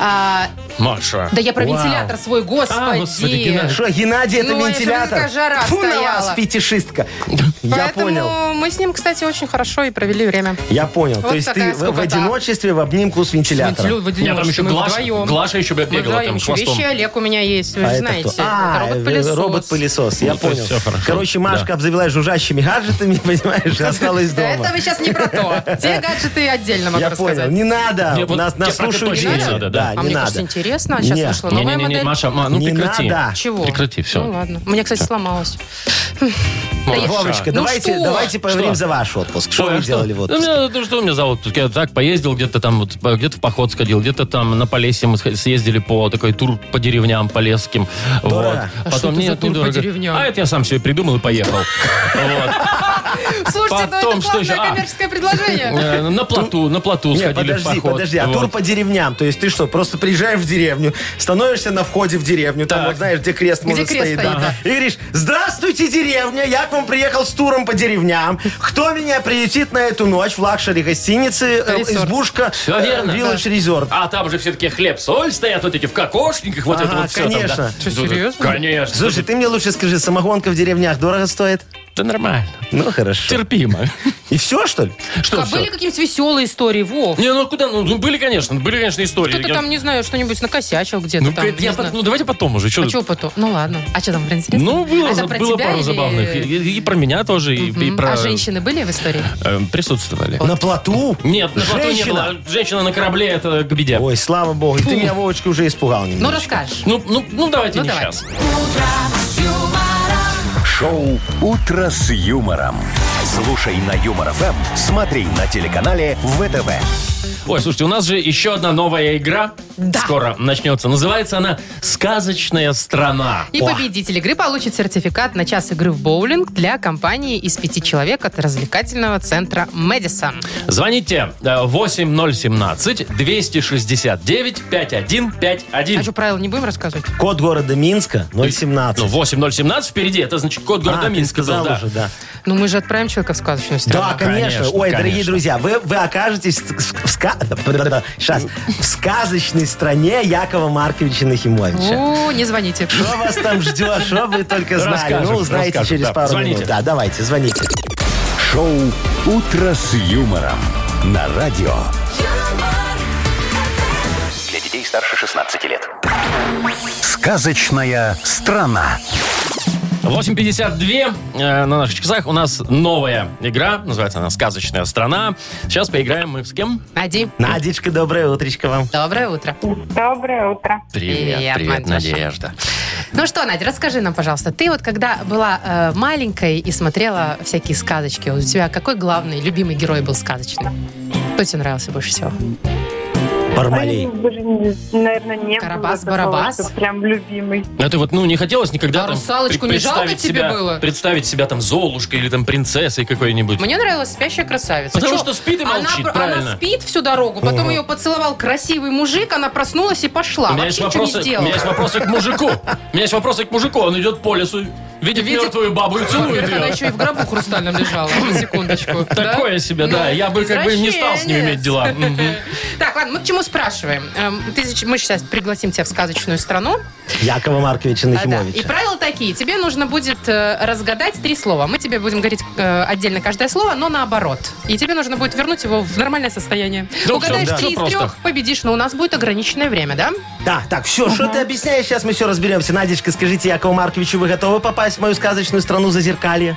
Speaker 4: А,
Speaker 3: Маша.
Speaker 4: Да я про
Speaker 5: Вау.
Speaker 4: вентилятор свой, господи.
Speaker 3: А, господи, Геннадий.
Speaker 5: Что, Геннадий, это
Speaker 4: Ну, это же
Speaker 5: вентилятор?
Speaker 4: такая жара
Speaker 5: Фу на вас,
Speaker 4: стояла.
Speaker 5: фетишистка. Я
Speaker 4: Поэтому
Speaker 5: понял.
Speaker 4: мы с ним, кстати, очень хорошо и провели время.
Speaker 5: Я понял.
Speaker 4: Вот
Speaker 5: То есть ты
Speaker 4: такая
Speaker 5: в- в,
Speaker 4: скукота.
Speaker 5: одиночестве в обнимку с вентилятором.
Speaker 3: Я там еще Глаша, Глаша еще бегала
Speaker 4: Мы вдвоем
Speaker 3: там
Speaker 4: еще.
Speaker 3: хвостом.
Speaker 4: Вещи Олег у меня есть, вы
Speaker 5: А
Speaker 4: же
Speaker 5: это
Speaker 4: знаете.
Speaker 5: кто? А,
Speaker 4: Робот-пылесос.
Speaker 5: робот-пылесос, я
Speaker 3: Ну, то есть
Speaker 5: понял.
Speaker 3: всё хорошо.
Speaker 5: Короче, Машка обзавелась жужжащими гаджетами, понимаешь, и осталась
Speaker 4: Да, это
Speaker 5: дома.
Speaker 4: вы сейчас не про то. Те гаджеты отдельно могу
Speaker 5: Я
Speaker 4: рассказать.
Speaker 5: понял. Не надо.
Speaker 3: Не, вот
Speaker 5: Нас, нас
Speaker 3: я про это
Speaker 5: слушают
Speaker 3: точно
Speaker 5: дети.
Speaker 3: не надо, да.
Speaker 4: А
Speaker 5: не
Speaker 4: мне,
Speaker 5: надо.
Speaker 4: кажется, интересно. А сейчас
Speaker 5: Не.
Speaker 4: вышла новая
Speaker 3: Не-не-не,
Speaker 4: модель.
Speaker 3: Маша, Ма, ну
Speaker 5: Не
Speaker 3: прекрати.
Speaker 5: надо.
Speaker 4: Чего?
Speaker 3: Прекрати, всё.
Speaker 4: Ну ладно. У меня, кстати, сломалось.
Speaker 3: Маша.
Speaker 5: Вовочка,
Speaker 4: Ну
Speaker 5: давайте,
Speaker 4: что?
Speaker 5: давайте поговорим
Speaker 3: Что?
Speaker 5: за ваш отпуск. Что
Speaker 3: Ой,
Speaker 5: вы
Speaker 3: а
Speaker 5: делали в
Speaker 3: Да у
Speaker 5: отпуске?
Speaker 3: меня- ну что у меня за отпуск? Я так поездил где-то там, вот, по- где-то в поход сходил, где-то там на Полесье мы сход- съездили по такой тур по деревням полесским.
Speaker 5: Дорого?
Speaker 3: Вот.
Speaker 4: А что это за тур по деревням?
Speaker 3: А это я сам себе придумал и поехал. Вот.
Speaker 4: Слушайте, ну
Speaker 3: Потом
Speaker 4: это
Speaker 3: что еще?
Speaker 4: классное
Speaker 3: А.
Speaker 4: коммерческое предложение.
Speaker 3: Э, На плоту, на плоту
Speaker 5: Не,
Speaker 3: сходили в
Speaker 5: подожди,
Speaker 3: поход.
Speaker 5: подожди, а
Speaker 3: Вот.
Speaker 5: тур по деревням, то есть ты что, просто приезжаешь в деревню, становишься на входе в деревню, там
Speaker 3: Так.
Speaker 5: вот знаешь, где крест
Speaker 4: Где
Speaker 5: может
Speaker 4: крест
Speaker 5: стоит,
Speaker 4: стоит,
Speaker 5: да, и говоришь, здравствуйте, деревня, я к вам приехал с туром по деревням, кто меня приютит на эту ночь в лакшери гостиницы, э,
Speaker 4: Resort.
Speaker 5: избушка, э,
Speaker 3: Всё верно.
Speaker 5: виллаж резорт.
Speaker 3: А там же все-таки хлеб, соль стоят вот эти в кокошниках, вот
Speaker 5: Ага,
Speaker 3: это вот все
Speaker 5: конечно.
Speaker 3: там, да.
Speaker 4: Что,
Speaker 3: Тут-
Speaker 4: серьезно?
Speaker 3: Конечно.
Speaker 5: Слушай, ты мне лучше скажи, самогонка в деревнях дорого стоит?
Speaker 3: Да нормально.
Speaker 5: Ну, хорошо.
Speaker 3: Терпимо.
Speaker 5: И все, что ли?
Speaker 3: Что
Speaker 4: А
Speaker 3: всё?
Speaker 4: были какие-нибудь веселые истории, Вов?
Speaker 3: Не, ну куда? Ну, были, конечно, были, конечно, истории.
Speaker 4: Кто-то
Speaker 3: Я-
Speaker 4: там, не знаю, что-нибудь накосячил где-то
Speaker 3: Ну,
Speaker 4: там.
Speaker 3: я
Speaker 4: не
Speaker 3: по-
Speaker 4: знаю.
Speaker 3: ну, давайте потом уже. Чё
Speaker 4: А
Speaker 3: тут?
Speaker 4: что потом? Ну ладно. А что там, прям интересно?
Speaker 3: Ну, было,
Speaker 4: А это
Speaker 3: за-
Speaker 4: про
Speaker 3: было
Speaker 4: тебя
Speaker 3: пару
Speaker 4: или-
Speaker 3: забавных. И, и- и про меня тоже, и- и,
Speaker 4: М,
Speaker 3: про...
Speaker 4: А женщины были в истории? Ну,
Speaker 3: э, присутствовали.
Speaker 5: На плоту?
Speaker 3: Нет, на плоту не
Speaker 5: Женщина?
Speaker 3: было. Женщина на корабле, это к беде.
Speaker 5: Ой, слава богу, ты меня, Вовочка, уже испугал
Speaker 4: Ну,
Speaker 5: немного.
Speaker 4: расскажешь.
Speaker 3: Ну, ну, ну, давайте
Speaker 4: Ну,
Speaker 3: не
Speaker 4: давай.
Speaker 3: сейчас.
Speaker 2: Шоу «Утро с юмором». Слушай на Юмор ФМ, смотри на телеканале ВТВ.
Speaker 3: Ой, слушайте, у нас же еще одна новая игра скоро начнется. Называется она «Сказочная страна».
Speaker 4: И победитель игры получит сертификат на час игры в боулинг для компании из пяти человек от развлекательного центра «Мэдисон».
Speaker 3: Звоните э, 8017-269-5151.
Speaker 4: А что, правила не будем рассказывать?
Speaker 5: Код города Минска
Speaker 3: Ну,
Speaker 5: 017.
Speaker 3: 8017 впереди, это значит код города
Speaker 5: А, ты
Speaker 3: Минска. был,
Speaker 5: сказал
Speaker 3: да.
Speaker 5: уже, да.
Speaker 4: Ну, мы же отправим человека в сказочную страну.
Speaker 5: Да, конечно.
Speaker 3: конечно,
Speaker 5: Ой, дорогие
Speaker 3: конечно.
Speaker 5: друзья, вы, вы окажетесь в, ск- в ска- Щас. в сказочной стране Якова Марковича Нахимовича.
Speaker 4: О, не звоните.
Speaker 5: Что вас там ждет, что вы только знали.
Speaker 3: Расскажем,
Speaker 5: Ну, узнаете
Speaker 3: расскажем,
Speaker 5: через
Speaker 3: да.
Speaker 5: пару
Speaker 3: Звоните.
Speaker 5: минут. Да, давайте, звоните.
Speaker 2: Шоу «Утро с юмором» на радио.
Speaker 6: Для детей старше 16 лет.
Speaker 2: «Сказочная страна».
Speaker 3: 8.52 э, на наших часах у нас новая игра. Называется она «Сказочная страна». Сейчас поиграем мы с кем?
Speaker 4: Ади,
Speaker 5: Надечка, доброе утречко вам.
Speaker 4: доброе утро.
Speaker 10: Доброе утро.
Speaker 3: Привет,
Speaker 4: Привет,
Speaker 3: привет,
Speaker 4: Надюша.
Speaker 3: Надежда.
Speaker 4: Ну что, Надя, расскажи нам, пожалуйста, ты вот когда была э, маленькой и смотрела всякие сказочки, у тебя какой главный, любимый герой был сказочный? Кто тебе нравился больше всего?
Speaker 5: Бармалей.
Speaker 10: Ой, даже не- Наверное, не
Speaker 4: Карабас,
Speaker 10: было такого,
Speaker 4: Барабас?
Speaker 10: что Прям любимый.
Speaker 3: Ну, это вот, ну, не хотелось никогда
Speaker 4: А
Speaker 3: там
Speaker 4: русалочку
Speaker 3: пре-
Speaker 4: не жалко
Speaker 3: представить
Speaker 4: тебе
Speaker 3: себя-
Speaker 4: было?
Speaker 3: Представить себя там Золушкой или там принцессой какой-нибудь.
Speaker 4: Мне нравилась спящая красавица.
Speaker 3: Потому
Speaker 4: Чё?
Speaker 3: что спит и
Speaker 4: Она
Speaker 3: молчит,
Speaker 4: пр- она,
Speaker 3: правильно.
Speaker 4: спит всю дорогу, потом ее поцеловал красивый мужик, она проснулась и пошла.
Speaker 3: У меня, есть
Speaker 4: Вообще ничего
Speaker 3: вопросы,
Speaker 4: не
Speaker 3: у
Speaker 4: сделала.
Speaker 3: меня есть вопросы к мужику. У меня есть вопросы к мужику. Он идет по лесу, видит,
Speaker 4: Видит-
Speaker 3: мертвую бабу и целует
Speaker 4: Говорят, она
Speaker 3: ее.
Speaker 4: еще и в гробу хрустальном лежала. На секундочку. Ну,
Speaker 3: Такое себе, да. Я бы как бы не стал с ним иметь дела. Мгм.
Speaker 4: Так, ладно, мы к чему спрашиваем? Эм, ты зач- мы сейчас пригласим тебя в сказочную страну.
Speaker 5: Якова Марковича
Speaker 4: А, да. И
Speaker 5: Нахимовича.
Speaker 4: правила такие. Тебе нужно будет э, разгадать три слова. Мы тебе будем говорить э, отдельно каждое слово, но наоборот. И тебе нужно будет вернуть его в нормальное состояние.
Speaker 3: Да,
Speaker 4: Угадаешь
Speaker 3: всё, да.
Speaker 4: три
Speaker 3: Всё
Speaker 4: из
Speaker 3: просто.
Speaker 4: трех, победишь, но у нас будет ограниченное время, да?
Speaker 5: Да, так, все, что ты объясняешь, сейчас мы все разберемся. Надечка, скажите, Якову Марковичу, вы готовы попасть в мою сказочную страну Зазеркалье?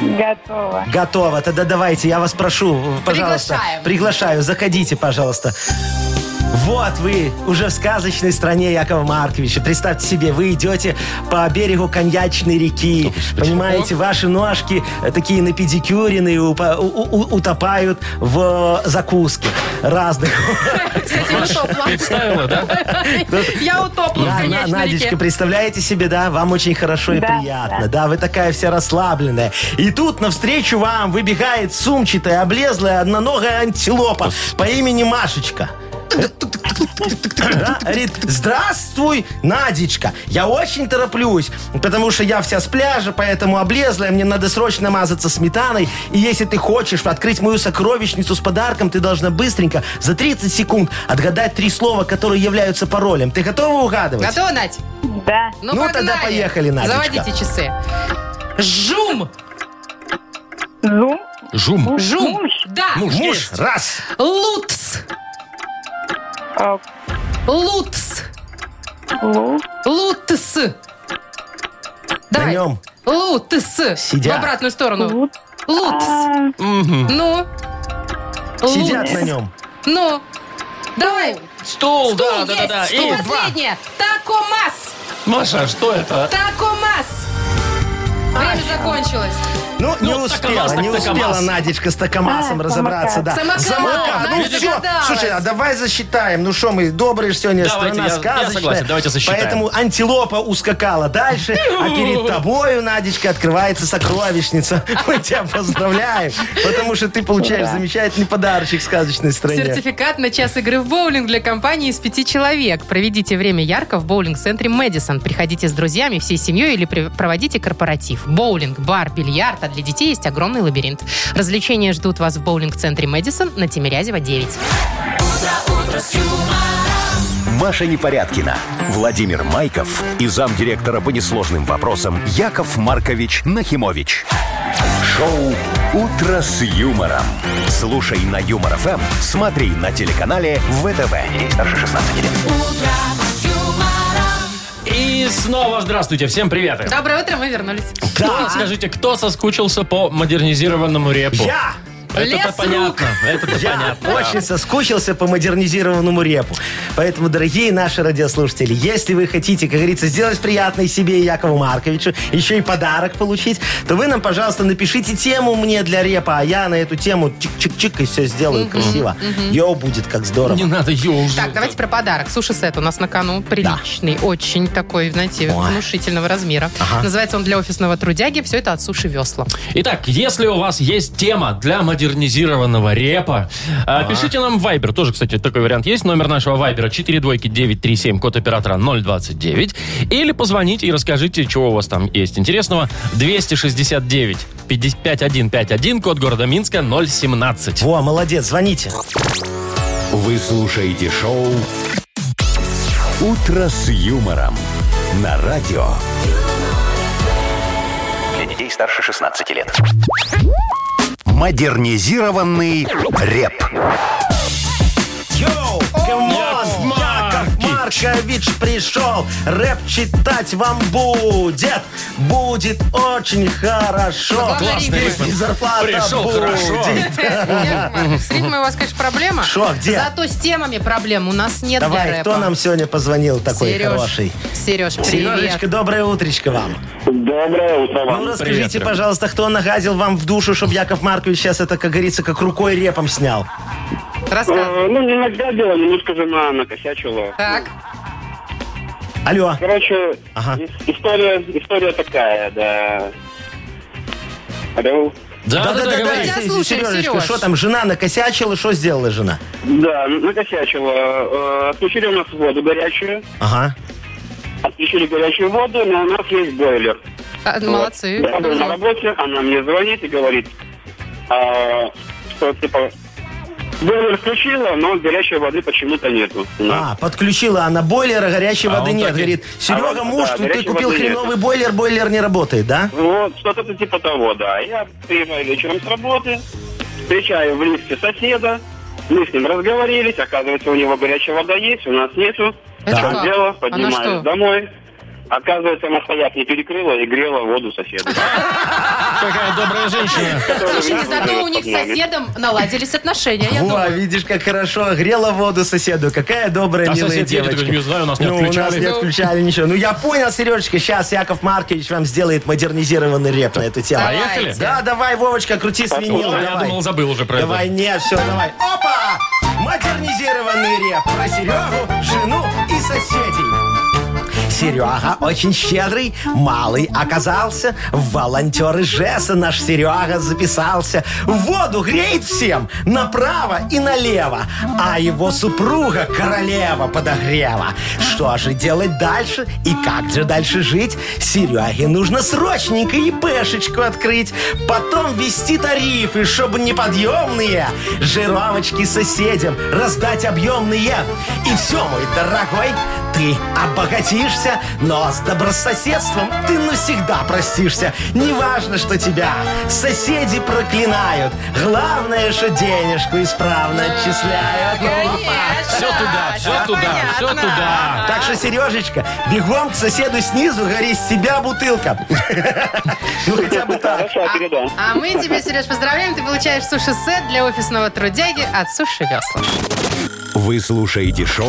Speaker 10: Готово.
Speaker 5: Готово. Тогда давайте, я вас прошу, пожалуйста.
Speaker 4: Приглашаем.
Speaker 5: Приглашаю, заходите, пожалуйста. Вот вы, уже в сказочной стране Якова Марковича. Представьте себе, вы идете по берегу коньячной реки. Понимаете, ваши ножки э, такие на педикюренные упа- у- у- утопают в э, закуске разных.
Speaker 4: Кстати, утопла.
Speaker 3: Представила, да?
Speaker 4: Я утопла в
Speaker 5: Да, На-
Speaker 4: конечной
Speaker 5: Надечка,
Speaker 4: реке.
Speaker 5: представляете себе, да? Вам очень хорошо и
Speaker 10: Да,
Speaker 5: приятно. Да, вы такая вся расслабленная. И тут навстречу вам выбегает сумчатая, облезлая, одноногая антилопа по имени Машечка. Да, Говорит, здравствуй, Надечка. Я очень тороплюсь, потому что я вся с пляжа, поэтому облезлая, мне надо срочно мазаться сметаной. И если ты хочешь открыть мою сокровищницу с подарком, ты должна быстренько за 30 секунд отгадать три слова, которые являются паролем. Ты готова угадывать?
Speaker 4: Готова, Надь?
Speaker 10: Да.
Speaker 4: Ну,
Speaker 5: Ну,
Speaker 4: погнали.
Speaker 5: тогда поехали, Надечка.
Speaker 4: Заводите часы. Жум!
Speaker 10: Зум.
Speaker 3: Жум.
Speaker 4: Жум!
Speaker 10: Муж.
Speaker 4: Да!
Speaker 5: Муж, раз.
Speaker 4: Лутс!
Speaker 10: э,
Speaker 4: Лутс!
Speaker 10: лу-
Speaker 4: Лутс!
Speaker 5: На
Speaker 4: Давай.
Speaker 5: нем.
Speaker 4: Лутс!
Speaker 5: Сидят.
Speaker 4: В обратную сторону.
Speaker 10: лут-
Speaker 4: Лутс!
Speaker 10: а,
Speaker 4: Ну?
Speaker 5: Сидят
Speaker 4: Лутс.
Speaker 5: на нем.
Speaker 4: Ну? Давай.
Speaker 3: Стул,
Speaker 4: Стул
Speaker 3: да, да, да,
Speaker 4: есть.
Speaker 3: да.
Speaker 4: Стул.
Speaker 3: И два.
Speaker 4: последнее. Такомас.
Speaker 3: Маша, что это?
Speaker 4: Такомас. Время закончилось.
Speaker 5: Ну, не
Speaker 3: Ну,
Speaker 5: успела,
Speaker 3: Токамаз, так
Speaker 5: не успела
Speaker 3: Токамаз.
Speaker 5: Надечка с Токамасом
Speaker 10: А,
Speaker 5: разобраться. Да.
Speaker 4: Самокат. Самокат.
Speaker 5: Ну
Speaker 4: Надя
Speaker 5: все,
Speaker 4: догадалась.
Speaker 5: слушай, а давай засчитаем. Ну что мы, добрые ж сегодня
Speaker 3: Давайте,
Speaker 5: страна
Speaker 3: я- я
Speaker 5: сказочная.
Speaker 3: согласен, давайте засчитаем.
Speaker 5: Поэтому антилопа ускакала дальше, а перед тобою, Надечка, открывается сокровищница. Мы тебя поздравляем, потому что ты получаешь замечательный подарочек сказочной стране.
Speaker 4: Сертификат на час игры в боулинг для компании из пяти человек. Проведите время ярко в боулинг-центре «Мэдисон». Приходите с друзьями, всей семьей или при- проводите корпоратив. Боулинг, бар, бильярд, а для детей есть огромный лабиринт. Развлечения ждут вас в боулинг-центре «Мэдисон» на Тимирязева, 9.
Speaker 2: Маша Непорядкина, Владимир Майков и замдиректора по несложным вопросам Яков Маркович Нахимович. Шоу «Утро с юмором». Слушай на Юмор ФМ, смотри на телеканале ВТВ. Ей старше 16 лет.
Speaker 3: И снова здравствуйте, всем привет.
Speaker 4: Доброе утро, мы вернулись.
Speaker 3: Кто, скажите, кто соскучился по модернизированному репу?
Speaker 5: Я!
Speaker 3: Это-то
Speaker 4: Лес
Speaker 3: понятно. Это-то
Speaker 5: Я
Speaker 3: понятно.
Speaker 5: очень соскучился по модернизированному репу. Поэтому, дорогие наши радиослушатели, если вы хотите, как говорится, сделать приятное себе и Якову Марковичу, еще и подарок получить, то вы нам, пожалуйста, напишите тему мне для репа, а я на эту тему чик-чик-чик и все сделаю красиво. Йоу, будет как здорово.
Speaker 3: Не надо ее уже.
Speaker 4: Так, давайте про подарок. Суши-сет у нас на кону. Приличный, очень такой, знаете,
Speaker 5: Ой.
Speaker 4: внушительного размера. Называется он для офисного трудяги. Все это от суши-весла.
Speaker 3: Итак, если у вас есть тема для модернизированного репа, э, пишите нам в Viber. Тоже, кстати, такой вариант есть. Номер нашего Viber 42937, код оператора 029. Или позвоните и расскажите, чего у вас там есть интересного. 269 5151, код города Минска 017.
Speaker 5: Во, молодец, звоните.
Speaker 2: Вы слушаете шоу «Утро с юмором» на радио.
Speaker 6: Для детей старше 16 лет.
Speaker 2: Модернизированный реп.
Speaker 5: Йоу, камон,
Speaker 3: Яков
Speaker 5: Яков Маркович пришел, рэп читать вам будет, будет очень хорошо.
Speaker 4: Главное, Классный ритм.
Speaker 5: И зарплата
Speaker 3: Пришел
Speaker 5: будет.
Speaker 3: хорошо.
Speaker 4: Яков Маркович, С ритмом у вас, конечно, проблема.
Speaker 5: Шо, где?
Speaker 4: Зато с темами проблем у нас нет для
Speaker 5: Давай,
Speaker 4: рэпа.
Speaker 5: кто нам сегодня позвонил такой
Speaker 4: Сереж,
Speaker 5: хороший?
Speaker 4: Сереж, привет.
Speaker 5: Сережечка, доброе утречко вам.
Speaker 7: Доброе утро
Speaker 5: Ну,
Speaker 7: вам.
Speaker 5: расскажите,
Speaker 3: Сереж.
Speaker 5: пожалуйста, кто нагадил вам в душу, чтобы Яков Маркович сейчас это, как говорится, как рукой репом снял?
Speaker 4: Рассказывай.
Speaker 7: Э, Ну, не нагадила, немножко жена накосячила.
Speaker 4: Так,
Speaker 5: Алло.
Speaker 7: Короче,
Speaker 5: Ага.
Speaker 7: ис- история, история такая, да. Алло.
Speaker 3: Да-да-да,
Speaker 4: да,
Speaker 3: говори.
Speaker 4: да. Я слушаю,
Speaker 5: Сережечка,
Speaker 4: Сереж.
Speaker 5: что там, жена накосячила, что сделала жена?
Speaker 7: Да, накосячила. Э, Отключили у нас воду горячую.
Speaker 5: Ага.
Speaker 7: Отключили горячую воду, но у нас есть бойлер.
Speaker 4: а, молодцы.
Speaker 7: Вот. Я был на
Speaker 4: Ну,
Speaker 7: работе, она мне звонит и говорит, а, что типа бойлер включила, но горячей воды почему-то нету.
Speaker 5: А, подключила она бойлера, горячей
Speaker 3: А
Speaker 5: воды
Speaker 3: он
Speaker 5: нет.
Speaker 3: так и-
Speaker 5: Говорит, Серега,
Speaker 7: вот,
Speaker 5: муж,
Speaker 7: да,
Speaker 5: ты- ты
Speaker 7: горячей
Speaker 5: купил
Speaker 7: воды нет.
Speaker 5: хреновый бойлер, бойлер не работает, да?
Speaker 7: Вот, что-то типа того, да. Я приезжаю вечером с работы, встречаю в лифте соседа, мы с ним разговорились, оказывается, у него горячая вода есть, у нас нету.
Speaker 4: Это
Speaker 7: Там
Speaker 4: как?
Speaker 7: дело,
Speaker 4: Она
Speaker 7: поднимаюсь
Speaker 4: что?
Speaker 7: домой. Оказывается, она стояк не перекрыла и грела воду соседу.
Speaker 3: Какая добрая женщина.
Speaker 4: Слушайте, зато у них с соседом наладились отношения, А я
Speaker 5: Во,
Speaker 4: думаю.
Speaker 5: видишь, как хорошо. Грела воду соседу. Какая добрая,
Speaker 3: А
Speaker 5: милая
Speaker 3: сосед едет,
Speaker 5: девочка.
Speaker 3: говорит, не знаю, у нас не
Speaker 5: ну, у нас
Speaker 3: отключали.
Speaker 5: не отключали ничего. Ну, я понял, Сережечка. Сейчас Яков Маркович вам сделает модернизированный реп на эту тему.
Speaker 3: Поехали?
Speaker 4: Давайте.
Speaker 5: Да, давай, Вовочка, крути свинил.
Speaker 3: О, Я
Speaker 5: давай.
Speaker 3: думал, забыл уже про это.
Speaker 5: Давай, нет, все, давай. Опа! Модернизированный реп про Серегу, жену и соседей. Серега очень щедрый, малый оказался. В волонтеры ЖЭСа наш Серега записался. Воду греет всем направо и налево. А его супруга королева подогрева. Что же делать дальше и как же дальше жить? Сереге нужно срочненько ИПшечку открыть. Потом вести тарифы, чтобы неподъемные. Жировочки соседям раздать объемные. И все, мой дорогой, ты обогатишься, но с добрососедством ты навсегда простишься. Неважно, что тебя соседи проклинают. Главное, что денежку исправно отчисляют.
Speaker 4: Конечно.
Speaker 3: Все туда, все
Speaker 4: Всё
Speaker 3: туда, все
Speaker 4: понятно.
Speaker 3: туда.
Speaker 5: Так что, Сережечка, бегом к соседу снизу, гори, с тебя бутылка. Ну, хотя бы так.
Speaker 7: Хорошо, передам.
Speaker 4: А мы тебя, Сереж, поздравляем. Ты получаешь суши-сет для офисного трудяги от Суши Весла.
Speaker 2: Вы слушаете шоу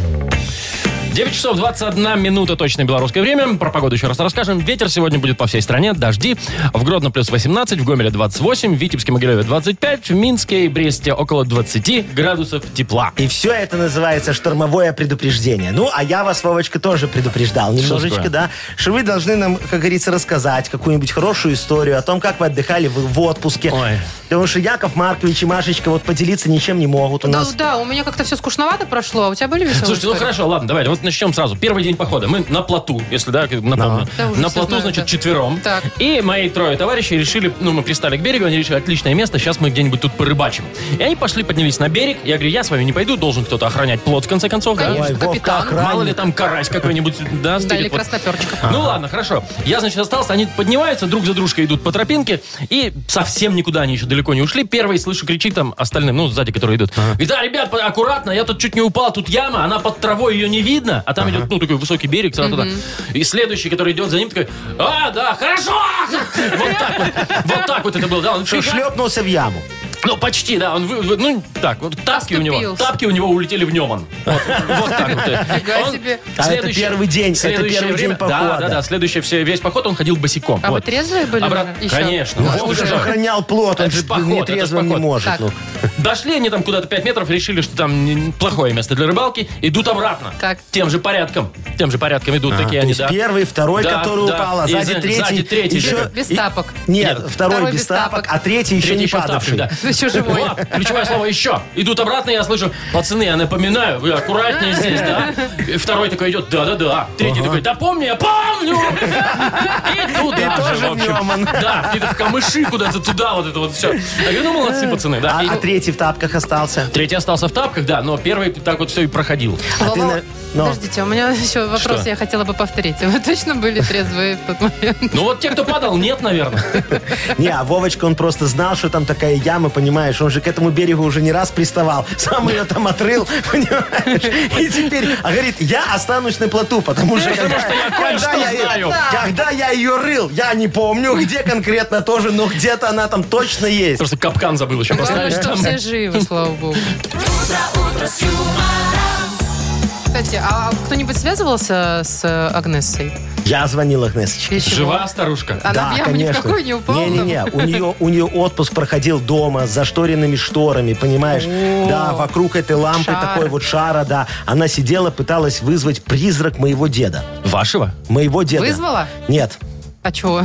Speaker 3: 9 часов 21 минута точное белорусское время. Про погоду еще раз расскажем. Ветер сегодня будет по всей стране, дожди. В Гродно плюс 18, в Гомеле 28, в Витебске, Могилеве 25, в Минске и Бресте около 20 градусов тепла.
Speaker 5: И все это называется штормовое предупреждение. Ну, а я вас, Вовочка, тоже предупреждал немножечко,
Speaker 3: такое?
Speaker 5: да, что вы должны нам, как говорится, рассказать какую-нибудь хорошую историю о том, как вы отдыхали в, в отпуске.
Speaker 3: Ой.
Speaker 5: Потому что Яков Маркович и Машечка вот поделиться ничем не могут у
Speaker 4: Да,
Speaker 5: нас.
Speaker 4: да, у меня как-то все скучновато прошло, а у тебя были веселые
Speaker 3: Слушайте, ну
Speaker 4: истории?
Speaker 3: хорошо, ладно, давайте, вот начнем сразу. Первый день похода. Мы на плоту, если да, как- напомню.
Speaker 4: Да, уже
Speaker 3: на
Speaker 4: все
Speaker 3: плоту,
Speaker 4: знают,
Speaker 3: значит,
Speaker 4: да.
Speaker 3: четвером.
Speaker 4: Так.
Speaker 3: И мои трое товарищей решили, ну, мы пристали к берегу, они решили, отличное место, сейчас мы где-нибудь тут порыбачим. И они пошли, поднялись на берег. Я говорю, я с вами не пойду, должен кто-то охранять плот, в конце концов, да?
Speaker 4: Конечно,
Speaker 5: Ой, Вов,
Speaker 4: капитан.
Speaker 5: как ранен.
Speaker 3: Мало ли там карась какой-нибудь, да,
Speaker 4: Да, или
Speaker 3: стелит вот.
Speaker 4: красноперчик.
Speaker 3: Ну ладно, хорошо. Я, значит, остался, они поднимаются, друг за дружкой идут по тропинке, и совсем никуда они еще далеко не ушли. Первый, слышу, кричит там остальным, ну, сзади, которые идут. Говорит, да, ребят, по- аккуратно, я тут чуть не упал, тут яма, она под травой, ее не видно, а там идет, ну, такой высокий берег, сразу туда. И следующий, который идет за ним, такой, а, да, хорошо! Вот так вот, вот так вот это было, да, он
Speaker 5: Что
Speaker 3: фига-
Speaker 5: шлепнулся в яму.
Speaker 3: ну, почти, да. Он, вы- вы- ну, так, вот тапки у него,
Speaker 4: Оступился.
Speaker 3: тапки у него улетели в нем он. Вот, вот так вот.
Speaker 4: Нифига
Speaker 3: Он
Speaker 4: себе.
Speaker 5: А это первый день, это
Speaker 3: следующее
Speaker 5: первый день
Speaker 3: Да,
Speaker 5: похода.
Speaker 3: да, да, следующий все, весь поход он ходил босиком.
Speaker 4: А
Speaker 3: вот.
Speaker 4: вы трезвые были,
Speaker 3: Обра-
Speaker 4: наверное, еще?
Speaker 3: Конечно.
Speaker 4: Ну,
Speaker 3: вот,
Speaker 5: Он
Speaker 3: вы
Speaker 5: же
Speaker 3: же.
Speaker 5: охранял плот, он
Speaker 3: Это
Speaker 5: же
Speaker 3: ж поход, это ж
Speaker 5: нетрезвым не
Speaker 3: поход.
Speaker 5: может.
Speaker 4: Так.
Speaker 5: ну.
Speaker 3: Дошли они там куда-то 5 метров, решили, что там не- плохое место для рыбалки, идут обратно.
Speaker 4: Так.
Speaker 3: Тем же порядком. Тем же порядком идут такие
Speaker 5: А, То
Speaker 3: они,
Speaker 5: есть
Speaker 3: да.
Speaker 5: первый, второй,
Speaker 3: Да,
Speaker 5: который
Speaker 3: да.
Speaker 5: упал, а
Speaker 3: И
Speaker 5: сзади
Speaker 3: за-
Speaker 5: третий.
Speaker 3: сзади третий
Speaker 5: еще-
Speaker 3: идет.
Speaker 4: Без тапок.
Speaker 5: Нет, второй,
Speaker 4: Второй без
Speaker 5: без тапок,
Speaker 4: тапок.
Speaker 5: а третий еще
Speaker 3: Третий
Speaker 5: не
Speaker 3: еще в
Speaker 5: падавший.
Speaker 3: тапках, да.
Speaker 4: Еще живой.
Speaker 3: Вот, ключевое слово еще. Идут обратно, я слышу, пацаны, я напоминаю, вы аккуратнее здесь, да? И Второй такой идет, да-да-да. Третий такой, да помню, я помню! И туда
Speaker 5: И
Speaker 3: же,
Speaker 5: тоже
Speaker 3: в общем.
Speaker 5: в нем он.
Speaker 3: Да, где-то в камыши куда-то туда вот это вот все. Я говорю, ну молодцы, пацаны, да.
Speaker 5: А,
Speaker 3: И
Speaker 5: а третий в тапках остался.
Speaker 3: Третий остался в тапках, да, но первый так вот все и проходил.
Speaker 5: А ты
Speaker 4: Вова,
Speaker 5: на- но.
Speaker 4: Подождите, у меня еще вопрос,
Speaker 3: Что?
Speaker 4: я хотела бы повторить. Вы точно были трезвые в тот момент?
Speaker 3: Ну вот те, кто падал, нет, наверное.
Speaker 5: Не, а Вовочка, он просто знал, что там такая яма, понимаешь? Он же к этому берегу уже не раз приставал. Сам ее там отрыл, понимаешь? И теперь, а говорит, я останусь на плоту, потому что...
Speaker 3: Потому что я кое-что
Speaker 5: её-
Speaker 3: знаю.
Speaker 5: когда я ее рыл, я не помню, где конкретно тоже, но где-то она там точно есть.
Speaker 3: Просто капкан забыл еще
Speaker 4: Главное,
Speaker 3: поставить.
Speaker 4: что
Speaker 3: там.
Speaker 4: все живы, слава богу. Кстати, а кто-нибудь связывался с Агнессой?
Speaker 5: Я звонил Агнесочке.
Speaker 4: Или чего?
Speaker 3: Жива
Speaker 5: А,
Speaker 3: старушка.
Speaker 4: Она в яму ни в какую не упала?
Speaker 5: Не-не-не, у нее, у нее отпуск проходил дома с зашторенными шторами, понимаешь? Да, вокруг этой лампы
Speaker 4: Шар.
Speaker 5: такой вот шара, да. Она сидела, пыталась вызвать призрак моего деда.
Speaker 3: Вашего?
Speaker 5: Моего деда.
Speaker 4: Вызвала?
Speaker 5: Нет.
Speaker 4: А чего?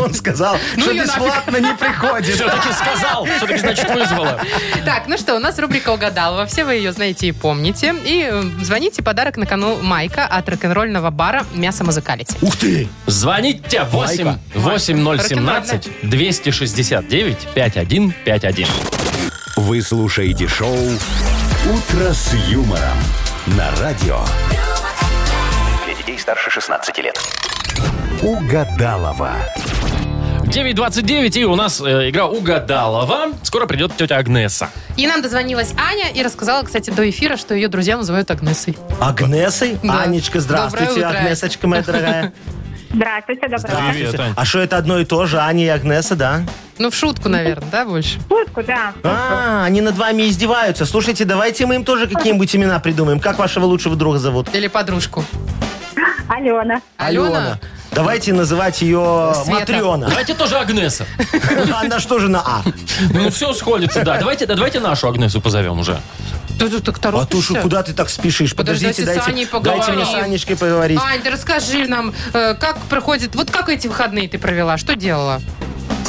Speaker 5: Он сказал, что
Speaker 4: ее Ну, нафиг.
Speaker 5: бесплатно не приходит.
Speaker 3: Все-таки сказал, все-таки, значит, вызвала.
Speaker 4: Так, ну что, у нас рубрика «Угадалова». Все вы ее знаете и помните. И э, звоните подарок на кону Майка от рок-н-ролльного бара «Мясо музыкалити».
Speaker 5: Ух ты!
Speaker 3: Звоните 8 8017 269 5151.
Speaker 2: Вы слушаете шоу «Утро с юмором» на радио.
Speaker 6: Для детей старше 16 лет.
Speaker 2: Угадалова.
Speaker 3: 929 и у нас э, игра Угадалова. Скоро придет тетя Агнеса.
Speaker 4: И нам дозвонилась Аня и рассказала, кстати, до эфира, что ее друзья называют Агнесой.
Speaker 5: Агнесой?
Speaker 4: Да.
Speaker 5: Анечка, здравствуйте,
Speaker 4: Доброе утро.
Speaker 5: Агнесочка моя дорогая.
Speaker 10: Здравствуйте, добро.
Speaker 3: Привет, Ань.
Speaker 5: А что это одно и то же, Аня и Агнеса, да?
Speaker 4: Ну, в шутку, наверное, да, больше?
Speaker 10: Шутку, да.
Speaker 5: А, они над вами издеваются. Слушайте, давайте мы им тоже какие-нибудь имена придумаем. Как вашего лучшего друга зовут?
Speaker 4: Или подружку.
Speaker 10: Алена.
Speaker 4: Алена?
Speaker 5: Давайте называть ее
Speaker 4: Света.
Speaker 5: Матрена.
Speaker 3: Давайте тоже Агнеса.
Speaker 5: Она что же на А?
Speaker 3: Ну, все сходится, да. Давайте, да, давайте нашу Агнесу позовем уже.
Speaker 4: Ты тут так
Speaker 5: А то,
Speaker 4: торопишься?
Speaker 5: что куда ты так спешишь?
Speaker 4: Подождите,
Speaker 5: Подождите,
Speaker 4: с Аней
Speaker 5: дайте,
Speaker 4: поговорим. А,
Speaker 5: дайте мне с Анечкой поговорить.
Speaker 4: Ань, ты расскажи нам, э, как проходит... Вот как эти выходные ты провела? Что делала?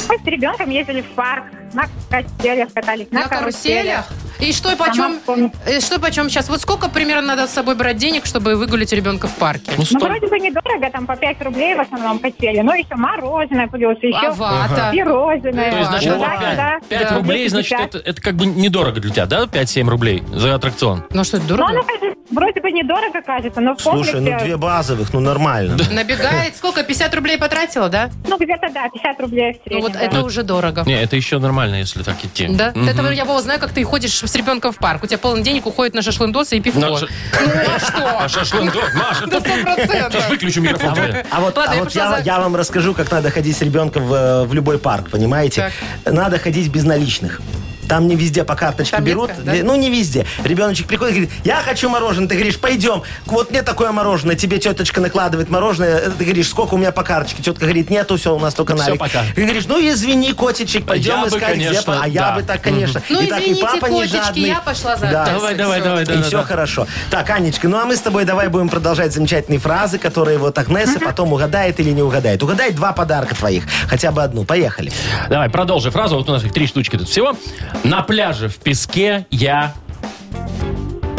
Speaker 10: Мы с ребенком ездили в парк, на качелях катались, на, каруселях.
Speaker 4: И что и
Speaker 10: Сама
Speaker 4: почем,
Speaker 10: вспомню.
Speaker 4: э, что и почем сейчас? Вот сколько примерно надо с собой брать денег, чтобы выгулять ребенка в парке?
Speaker 3: Ну,
Speaker 10: Ну,
Speaker 3: сто...
Speaker 10: вроде бы недорого, там по 5 рублей в основном качели. Но еще мороженое плюс, еще
Speaker 4: Авата.
Speaker 10: пирожное.
Speaker 3: То есть, значит,
Speaker 10: Ну,
Speaker 3: вот
Speaker 10: да,
Speaker 3: пять-
Speaker 10: да.
Speaker 3: пять
Speaker 10: Да.
Speaker 3: рублей, значит,
Speaker 10: 250.
Speaker 3: это, это как бы недорого для тебя, да? 5-7 рублей за аттракцион.
Speaker 4: Ну что, это
Speaker 10: Ну, оно
Speaker 4: дорого?
Speaker 10: кажется, вроде бы недорого кажется, но в комплексе,
Speaker 5: Слушай, ну две базовых, ну нормально.
Speaker 4: Набегает сколько? 50 рублей потратила, да?
Speaker 10: ну, где-то, да, 50 рублей в
Speaker 4: Ну
Speaker 10: среднем.
Speaker 4: вот
Speaker 10: да.
Speaker 4: это уже дорого.
Speaker 3: Не, это еще нормально, если так идти.
Speaker 4: Да?
Speaker 3: Мгм.
Speaker 4: Это я, Вова, знаю, как ты ходишь в с ребенком в парк. У тебя полный денег уходит на шашлындосы и пивко.
Speaker 3: На ша-
Speaker 4: Ну, а что?
Speaker 3: А шашлык, да, Маша,
Speaker 4: Да сто
Speaker 3: сейчас
Speaker 4: процентов.
Speaker 3: выключу микрофон тебе.
Speaker 5: А вот,
Speaker 4: Ладно,
Speaker 5: а
Speaker 4: я
Speaker 5: вот
Speaker 4: пошла
Speaker 5: я,
Speaker 4: за-
Speaker 5: я вам расскажу, как надо ходить с ребенком в, э, в любой парк, понимаете? Надо ходить без наличных. Там не везде по карточке
Speaker 4: Там
Speaker 5: берут.
Speaker 4: метка, да?
Speaker 5: Ну, не везде. Ребеночек приходит и говорит, я хочу мороженое. Ты говоришь, пойдем. Вот мне такое мороженое. Тебе теточка накладывает мороженое. Э, Ты говоришь, сколько у меня по карточке? Тетка говорит, нету, все, у нас только
Speaker 3: Всё,
Speaker 5: налик.
Speaker 3: пока.
Speaker 5: Ты говоришь, ну, извини, котичек, пойдем
Speaker 3: бы,
Speaker 5: искать где
Speaker 3: конечно,
Speaker 5: по-». А я
Speaker 3: да.
Speaker 5: бы так, конечно.
Speaker 4: Ну,
Speaker 5: И так и
Speaker 4: извините,
Speaker 5: папа не
Speaker 4: котички,
Speaker 5: жадный.
Speaker 4: я пошла за
Speaker 5: Да.
Speaker 4: Давай, давай,
Speaker 3: давай,
Speaker 5: И все хорошо. Так, Анечка, ну а мы с тобой давай будем продолжать замечательные фразы, которые вот Агнеса потом угадает или не угадает. Угадай два подарка твоих, хотя бы одну. Поехали.
Speaker 3: Давай, продолжи фразу. Вот у нас их три штучки тут всего. На пляже в песке я...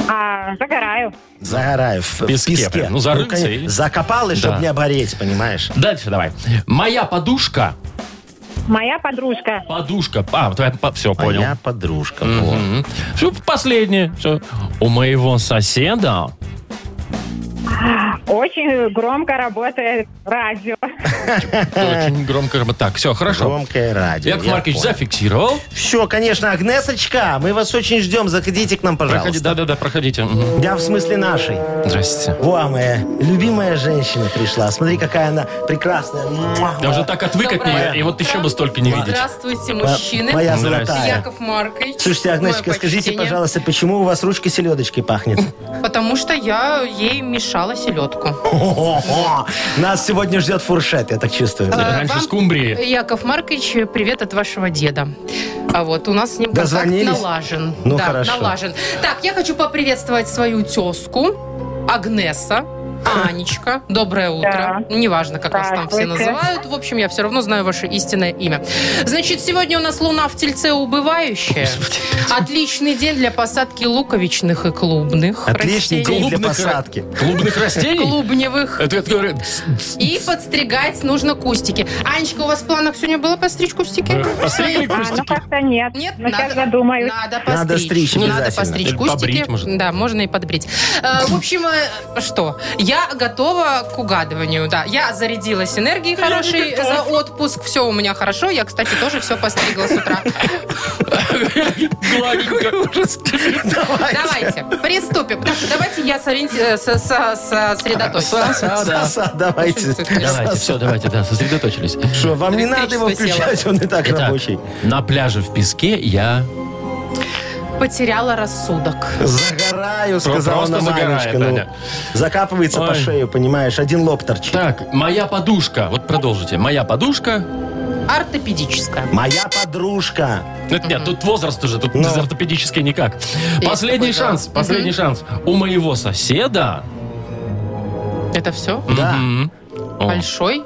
Speaker 10: А, загораю.
Speaker 5: Загораю в в
Speaker 3: песке
Speaker 5: песке.
Speaker 3: прям. Ну, зарылся
Speaker 5: конечно,
Speaker 3: и-
Speaker 5: Закопал, и
Speaker 3: Да.
Speaker 5: чтобы не обореть, понимаешь?
Speaker 3: Дальше давай. Моя подушка...
Speaker 10: Моя подружка.
Speaker 3: Подушка. А, твоя... Все, понял.
Speaker 5: Моя подружка. вот.
Speaker 3: Мгм. Всё, последнее. Всё. У моего соседа...
Speaker 10: Очень громко работает радио.
Speaker 3: Очень громко... рабо- Так, все, хорошо.
Speaker 5: Громкое радио.
Speaker 3: Яков Маркович зафиксировал.
Speaker 5: Все, конечно, Агнесочка, мы вас очень ждем. Заходите к нам,
Speaker 3: Проходи-
Speaker 5: пожалуйста.
Speaker 3: Да-да-да, проходите. Мгм.
Speaker 5: Да, в смысле нашей.
Speaker 3: Здрасте.
Speaker 5: Во, моя любимая женщина пришла. Смотри, какая она прекрасная. Муа.
Speaker 3: Я уже так отвык от
Speaker 4: Доброе
Speaker 3: нее, и вот еще бы столько не видеть.
Speaker 4: Здравствуйте,
Speaker 5: Моя-
Speaker 4: мужчины.
Speaker 5: Моя
Speaker 3: Здрасте.
Speaker 5: золотая.
Speaker 4: Яков Маркович.
Speaker 5: Слушайте, Агнесочка,
Speaker 4: Мое
Speaker 5: скажите,
Speaker 4: почтение.
Speaker 5: пожалуйста, почему у вас ручка селедочкой пахнет?
Speaker 4: Потому что я ей мешала селедку.
Speaker 5: О-о-о! Нас сегодня ждет фуршет, я так чувствую.
Speaker 3: Раньше
Speaker 4: Вам,
Speaker 3: скумбрии.
Speaker 4: Яков Маркович, привет от вашего деда. А вот у нас с ним контакт
Speaker 5: Дозвонились?
Speaker 4: налажен.
Speaker 5: Ну,
Speaker 4: да,
Speaker 5: хорошо.
Speaker 4: налажен. Так, я хочу поприветствовать свою тезку Агнеса. Анечка, доброе утро. Ну, Неважно, как вас там все
Speaker 10: Здравствуйте.
Speaker 4: называют. В общем, я все равно знаю ваше истинное имя. Значит, сегодня у нас луна в тельце убывающая. Отличный день для посадки луковичных и клубных
Speaker 5: Отличный
Speaker 4: растений.
Speaker 5: день для
Speaker 3: Клубных ра-
Speaker 5: посадки.
Speaker 3: Клубных растений?
Speaker 4: Клубневых.
Speaker 3: Это, это говорю,
Speaker 4: И подстригать нужно кустики. Анечка, у вас в планах сегодня было постричь кустики?
Speaker 3: постригли
Speaker 10: А, ну
Speaker 3: кустики?
Speaker 10: как-то нет.
Speaker 4: Нет,
Speaker 10: Но сейчас
Speaker 4: надо,
Speaker 10: задумаюсь.
Speaker 4: надо постричь.
Speaker 5: Надо стричь
Speaker 4: Надо
Speaker 5: обязательно.
Speaker 4: постричь
Speaker 3: Или
Speaker 4: кустики.
Speaker 3: побрить, может.
Speaker 4: Да, можно и подбрить. Э, В общем, э, что? Я готова к угадыванию. Да, я зарядилась энергией хорошей за отпуск. Все у меня хорошо. Я, кстати, тоже все постригла с утра.
Speaker 3: Гладенько.
Speaker 4: Давайте, приступим. Так, давайте я сориенти- э, со- со- сосредоточусь.
Speaker 3: Са-са, да.
Speaker 5: Са-са, Давайте.
Speaker 3: Давайте, все, давайте, да, сосредоточились.
Speaker 5: Что, вам не надо его
Speaker 4: Электричество село.
Speaker 5: включать, он и так
Speaker 3: Итак,
Speaker 5: рабочий.
Speaker 3: на пляже в песке я...
Speaker 4: Потеряла рассудок.
Speaker 5: Загораю, сказала
Speaker 3: просто
Speaker 5: нам Анечка.
Speaker 3: загорает,
Speaker 5: ну.
Speaker 3: Аня.
Speaker 5: Закапывается по
Speaker 3: Ой.
Speaker 5: шею, понимаешь, один лоб торчит.
Speaker 3: Так, моя подушка. Вот продолжите. Моя подушка...
Speaker 4: Ортопедическая.
Speaker 5: Моя подружка.
Speaker 3: Нет, нет, тут возраст уже, тут
Speaker 5: Ну.
Speaker 3: без ортопедической никак. Последний
Speaker 4: такой, да.
Speaker 3: шанс, последний шанс. У моего соседа...
Speaker 4: Это все?
Speaker 5: Да.
Speaker 3: Мгм. О.
Speaker 4: Большой?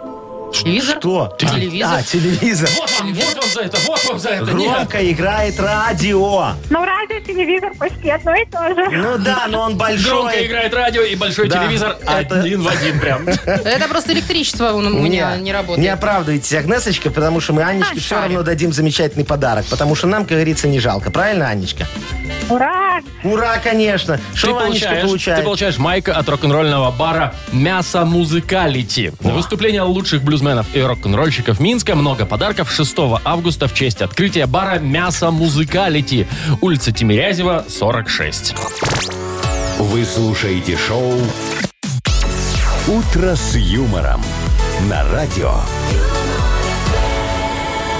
Speaker 4: Телевизор?
Speaker 5: Что?
Speaker 4: Телевизор?
Speaker 5: А, телевизор.
Speaker 3: Вот вам, вот вам за это, вот вам за это. Нет.
Speaker 5: Громко играет радио.
Speaker 10: Ну, радио, телевизор, почти одно и то же.
Speaker 5: Ну да, но он
Speaker 3: Громко
Speaker 5: большой.
Speaker 3: играет радио и большой
Speaker 5: Да. А
Speaker 3: телевизор
Speaker 5: Это-
Speaker 3: один в один прям.
Speaker 4: Это просто электричество у меня не
Speaker 5: а. Не
Speaker 4: работает.
Speaker 5: оправдывайтесь, Агнесочка, потому что мы Анечке
Speaker 4: А,
Speaker 5: все
Speaker 4: шарик.
Speaker 5: равно дадим замечательный подарок. Потому что нам, как говорится, не жалко. Правильно, Анечка?
Speaker 10: Ура!
Speaker 5: Ура, конечно.
Speaker 3: Ты
Speaker 5: Что Анечка
Speaker 3: получаешь, ты
Speaker 5: получает?
Speaker 3: получаешь майка от рок-н-ролльного бара «Мясо Музыкалити». Выступление лучших блюзменов и рок-н-ролльщиков Минска. Много подарков 6 августа в честь открытия бара «Мясо Музыкалити». Улица Тимирязева, 46.
Speaker 2: Вы слушаете шоу «Утро с юмором» на радио.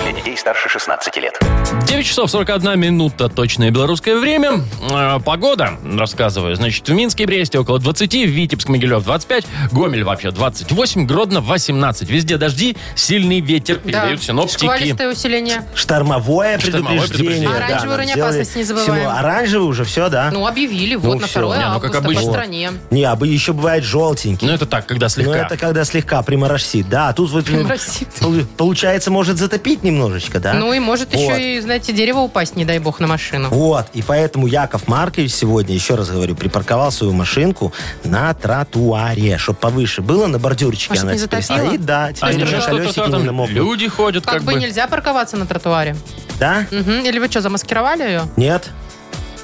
Speaker 6: Для детей старше 16 лет.
Speaker 3: 9 часов 41 минута, точное белорусское время. Э, Погода, рассказываю. Значит, в Минске и Бресте около 20, Витебск, Могилев 25, Гомель вообще 28, Гродно 18. Везде дожди, сильный ветер, передают синоптики.
Speaker 4: Шквалистое усиление.
Speaker 5: Штормовое,
Speaker 3: Штормовое предупреждение.
Speaker 5: предупреждение. да,
Speaker 4: Оранжевый
Speaker 5: нам
Speaker 4: уровень
Speaker 5: сделали
Speaker 4: опасности не забываем.
Speaker 5: всего. Оранжевый уже, все, да?
Speaker 4: Ну, объявили, вот,
Speaker 5: Ну,
Speaker 4: на
Speaker 5: всё.
Speaker 4: 2
Speaker 3: Не, ну, как
Speaker 4: августа по
Speaker 3: обычно.
Speaker 4: стране.
Speaker 5: Не, а бы еще бывает желтенький.
Speaker 3: Ну, это так, когда
Speaker 5: Ну,
Speaker 3: слегка.
Speaker 5: это когда слегка приморосит, да. А тут вот ну,
Speaker 4: Приморосит.
Speaker 5: полу- получается, может затопить немножечко, да?
Speaker 4: Ну, и может
Speaker 5: А? Вот.
Speaker 4: еще и, знаете, дерево упасть, не дай бог, на машину.
Speaker 5: Вот, и поэтому Яков Маркович сегодня, еще раз говорю, припарковал свою машинку на тротуаре, чтобы повыше было, на бордюрчике
Speaker 4: А чтоб
Speaker 5: она
Speaker 4: не
Speaker 5: теперь
Speaker 4: затопило?
Speaker 5: стоит, да,
Speaker 3: А
Speaker 5: теперь
Speaker 3: не
Speaker 5: уже
Speaker 3: что-то
Speaker 5: колесики
Speaker 3: там
Speaker 5: не намокнут.
Speaker 3: люди ходят
Speaker 4: Как,
Speaker 3: как,
Speaker 4: бы нельзя парковаться на тротуаре.
Speaker 5: Да?
Speaker 4: Мгм. Или вы что, замаскировали ее?
Speaker 5: Нет,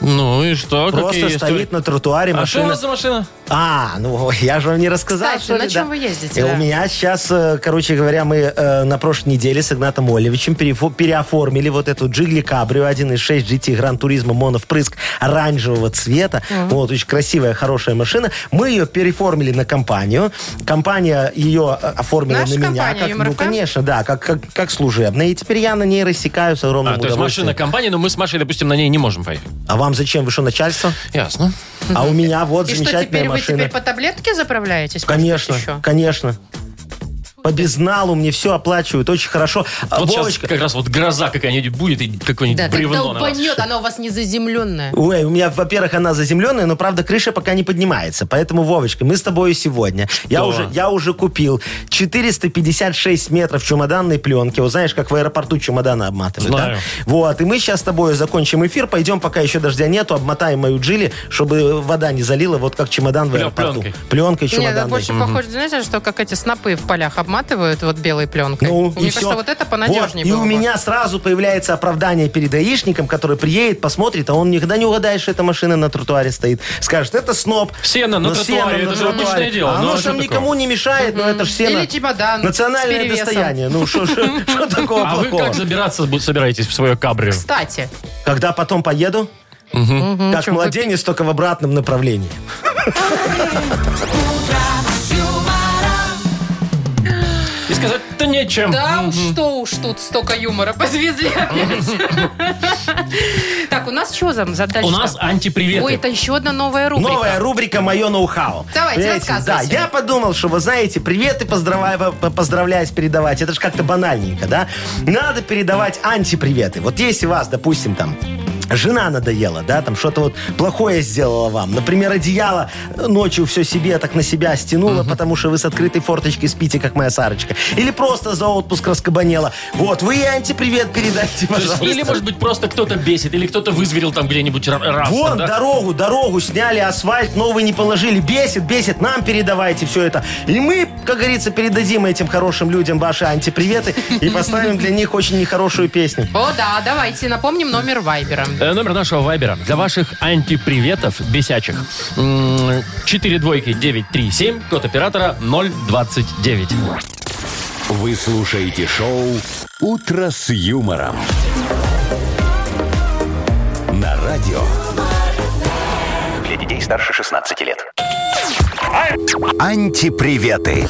Speaker 3: Ну и что?
Speaker 5: просто
Speaker 3: какие
Speaker 5: стоит
Speaker 3: истории?
Speaker 5: на тротуаре
Speaker 3: А что у
Speaker 5: машина.
Speaker 3: вас за машина?
Speaker 5: А, А, ну я же вам не рассказал.
Speaker 4: Кстати,
Speaker 5: что ли,
Speaker 4: на чем
Speaker 5: да.
Speaker 4: вы ездите,
Speaker 5: Э,
Speaker 4: да?
Speaker 5: У меня сейчас, э, короче говоря, мы э, на прошлой неделе с Игнатом Олевичем перефо- переоформили вот эту Джигли Кабрио 1.6 GT Гран Туризма моновпрыск оранжевого цвета. Вот, очень красивая, хорошая машина. Мы ее переформили на компанию. Компания ее э, оформила
Speaker 4: Наша
Speaker 5: на меня.
Speaker 4: компания,
Speaker 5: как-
Speaker 4: Юмор
Speaker 5: ну,
Speaker 4: FM?
Speaker 5: конечно, да, как, как, как служебная. И теперь я на ней рассекаю с огромным
Speaker 3: А, то есть
Speaker 5: удовольствием.
Speaker 3: машина компании, но мы с Машей, допустим, на ней не можем поехать.
Speaker 5: А вам зачем? Вы что, начальство?
Speaker 3: Ясно.
Speaker 5: А у меня вот
Speaker 4: И что,
Speaker 5: замечательная
Speaker 4: теперь вы
Speaker 5: машина.
Speaker 4: теперь по таблетке заправляетесь? может быть,
Speaker 5: Конечно,
Speaker 4: еще?
Speaker 5: конечно. По безналу мне все оплачивают очень хорошо. А,
Speaker 3: Вот сейчас
Speaker 5: Вовочка,
Speaker 3: как раз вот гроза какая-нибудь будет и какое-нибудь
Speaker 4: Да, как
Speaker 3: бревно на вас.
Speaker 4: долбанет, она у вас не заземленная.
Speaker 5: Ой, у меня, во-первых, она заземленная, но, правда, крыша пока не поднимается. Поэтому, Вовочка, мы с тобой сегодня. Я уже, я уже купил 456 метров чемоданной пленки. Вот знаешь, как в аэропорту чемоданы обматывают,
Speaker 3: Знаю.
Speaker 5: да? Вот, и мы сейчас с тобой закончим эфир, пойдем, пока еще дождя нету, обмотаем мою джили, чтобы вода не залила, вот как чемодан в
Speaker 3: Пля-
Speaker 5: аэропорту.
Speaker 3: пленкой.
Speaker 5: Пленкой
Speaker 4: Нет, это
Speaker 5: чемоданной.
Speaker 4: больше похоже, знаете, что как эти снопы в полях обматывают вот белой пленкой.
Speaker 5: Ну,
Speaker 4: Мне
Speaker 5: и
Speaker 4: кажется,
Speaker 5: всё.
Speaker 4: вот это понадежнее
Speaker 5: Вот, И
Speaker 4: было
Speaker 5: у
Speaker 4: бы.
Speaker 5: меня сразу появляется оправдание перед гаишником, который приедет, посмотрит, а он никогда не угадаешь, что эта машина на тротуаре стоит. Скажет, это сноб.
Speaker 3: Сено на
Speaker 5: Но
Speaker 3: тротуаре,
Speaker 5: сено
Speaker 3: это
Speaker 5: на
Speaker 3: же обычное
Speaker 5: тротуаре.
Speaker 3: дело.
Speaker 5: А
Speaker 3: Ну,
Speaker 5: Оно
Speaker 3: а
Speaker 5: же
Speaker 3: что
Speaker 5: там
Speaker 3: такого?
Speaker 5: никому не мешает, но это же сено.
Speaker 4: Или чемодан с
Speaker 5: Национальное
Speaker 4: перевесом.
Speaker 5: достояние. Ну, что такого
Speaker 3: А вы
Speaker 5: плохого?
Speaker 3: как забираться бу- собираетесь в свое кабрио?
Speaker 4: Кстати,
Speaker 5: Когда потом поеду, как
Speaker 4: чем вы-
Speaker 5: младенец, только в обратном направлении.
Speaker 3: И сказать, да нечем.
Speaker 4: да уж что уж тут столько юмора подвезли опять. Так, у нас что за задача?
Speaker 3: У нас антиприветы.
Speaker 4: Ой, это еще одна новая рубрика.
Speaker 5: Новая рубрика «Мое ноу-хау».
Speaker 4: Давайте,
Speaker 5: Понимаете,
Speaker 4: рассказывайте.
Speaker 5: Да, я подумал, что, вы знаете, привет и поздравляю, поздравлять передавать. Это же как-то банальненько, да? Надо передавать антиприветы. Вот если вас, допустим, там жена надоела, да, там что-то вот плохое сделала вам. Например, одеяло э, ночью все себе так на себя стянуло, потому что вы с открытой форточкой спите, как моя Сарочка. Или просто за отпуск раскабанела. Вот, вы ей антипривет передайте, пожалуйста.
Speaker 3: Или, может быть, просто кто-то бесит, или кто-то вызверил там где-нибудь ра- раз. там,
Speaker 5: Вон
Speaker 3: А да?
Speaker 5: дорогу, дорогу сняли, асфальт новый не положили. Бесит, бесит, нам передавайте все это. И мы, как говорится, передадим этим хорошим людям ваши антиприветы и поставим для них очень нехорошую песню.
Speaker 4: О, да, давайте напомним номер Вайбера.
Speaker 3: Э, Номер нашего вайбера для ваших антиприветов бесячих. 4 двойки 937, код оператора 029.
Speaker 2: Вы слушаете шоу «Утро с юмором». На радио
Speaker 6: Для детей старше 16 лет.
Speaker 2: «Антиприветы».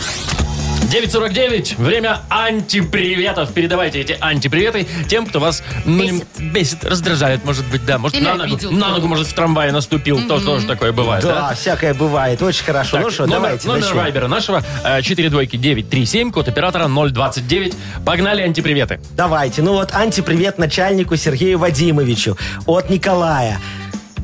Speaker 3: 949, время антиприветов. Передавайте эти антиприветы тем, кто вас ну,
Speaker 4: Бесит.
Speaker 3: не- бесит, раздражает, может быть, да. Может,
Speaker 4: Или
Speaker 3: на ногу,
Speaker 4: обидел.
Speaker 3: на ногу, может, в трамвае наступил. То, тоже такое бывает, да?
Speaker 5: Да, всякое бывает. Очень хорошо.
Speaker 3: Так,
Speaker 5: Ну что,
Speaker 3: номер,
Speaker 5: давайте
Speaker 3: номер
Speaker 5: начнем.
Speaker 3: вайбера нашего 4 двойки 937, код оператора 029. Погнали антиприветы.
Speaker 5: Давайте. Ну вот антипривет начальнику Сергею Вадимовичу от Николая.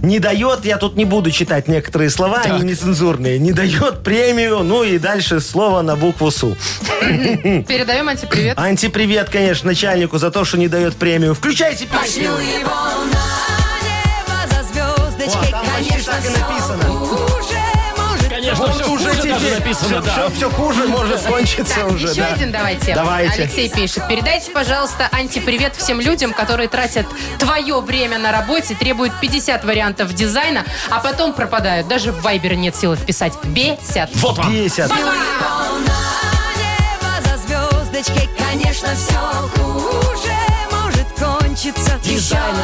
Speaker 5: Не дает, я тут не буду читать некоторые слова, они нецензурные, не дает премию, ну и дальше слово на букву СУ. Хм.
Speaker 4: Передаем антипривет.
Speaker 5: Антипривет, конечно, начальнику за то, что не дает премию. Включайте песню.
Speaker 1: Пошлю его на небо за звездочкой,
Speaker 5: О, там почти
Speaker 1: конечно,
Speaker 5: так и
Speaker 1: всё
Speaker 5: написано.
Speaker 1: хуже может
Speaker 3: Конечно, все хуже даже написано,
Speaker 5: все,
Speaker 3: да.
Speaker 5: хуже может кончиться
Speaker 4: Так,
Speaker 5: А уже.
Speaker 4: еще
Speaker 5: да.
Speaker 4: один давайте.
Speaker 5: Давайте.
Speaker 4: Алексей пишет. Передайте, пожалуйста, антипривет всем людям, которые тратят твое время на работе, требуют 50 вариантов дизайна, а потом пропадают. Даже в Вайбер нет силы вписать. Бесят.
Speaker 3: Вот вам.
Speaker 5: 50.
Speaker 1: небо за звездочкой, конечно, все хуже может кончиться.
Speaker 5: Дизайн
Speaker 1: Еще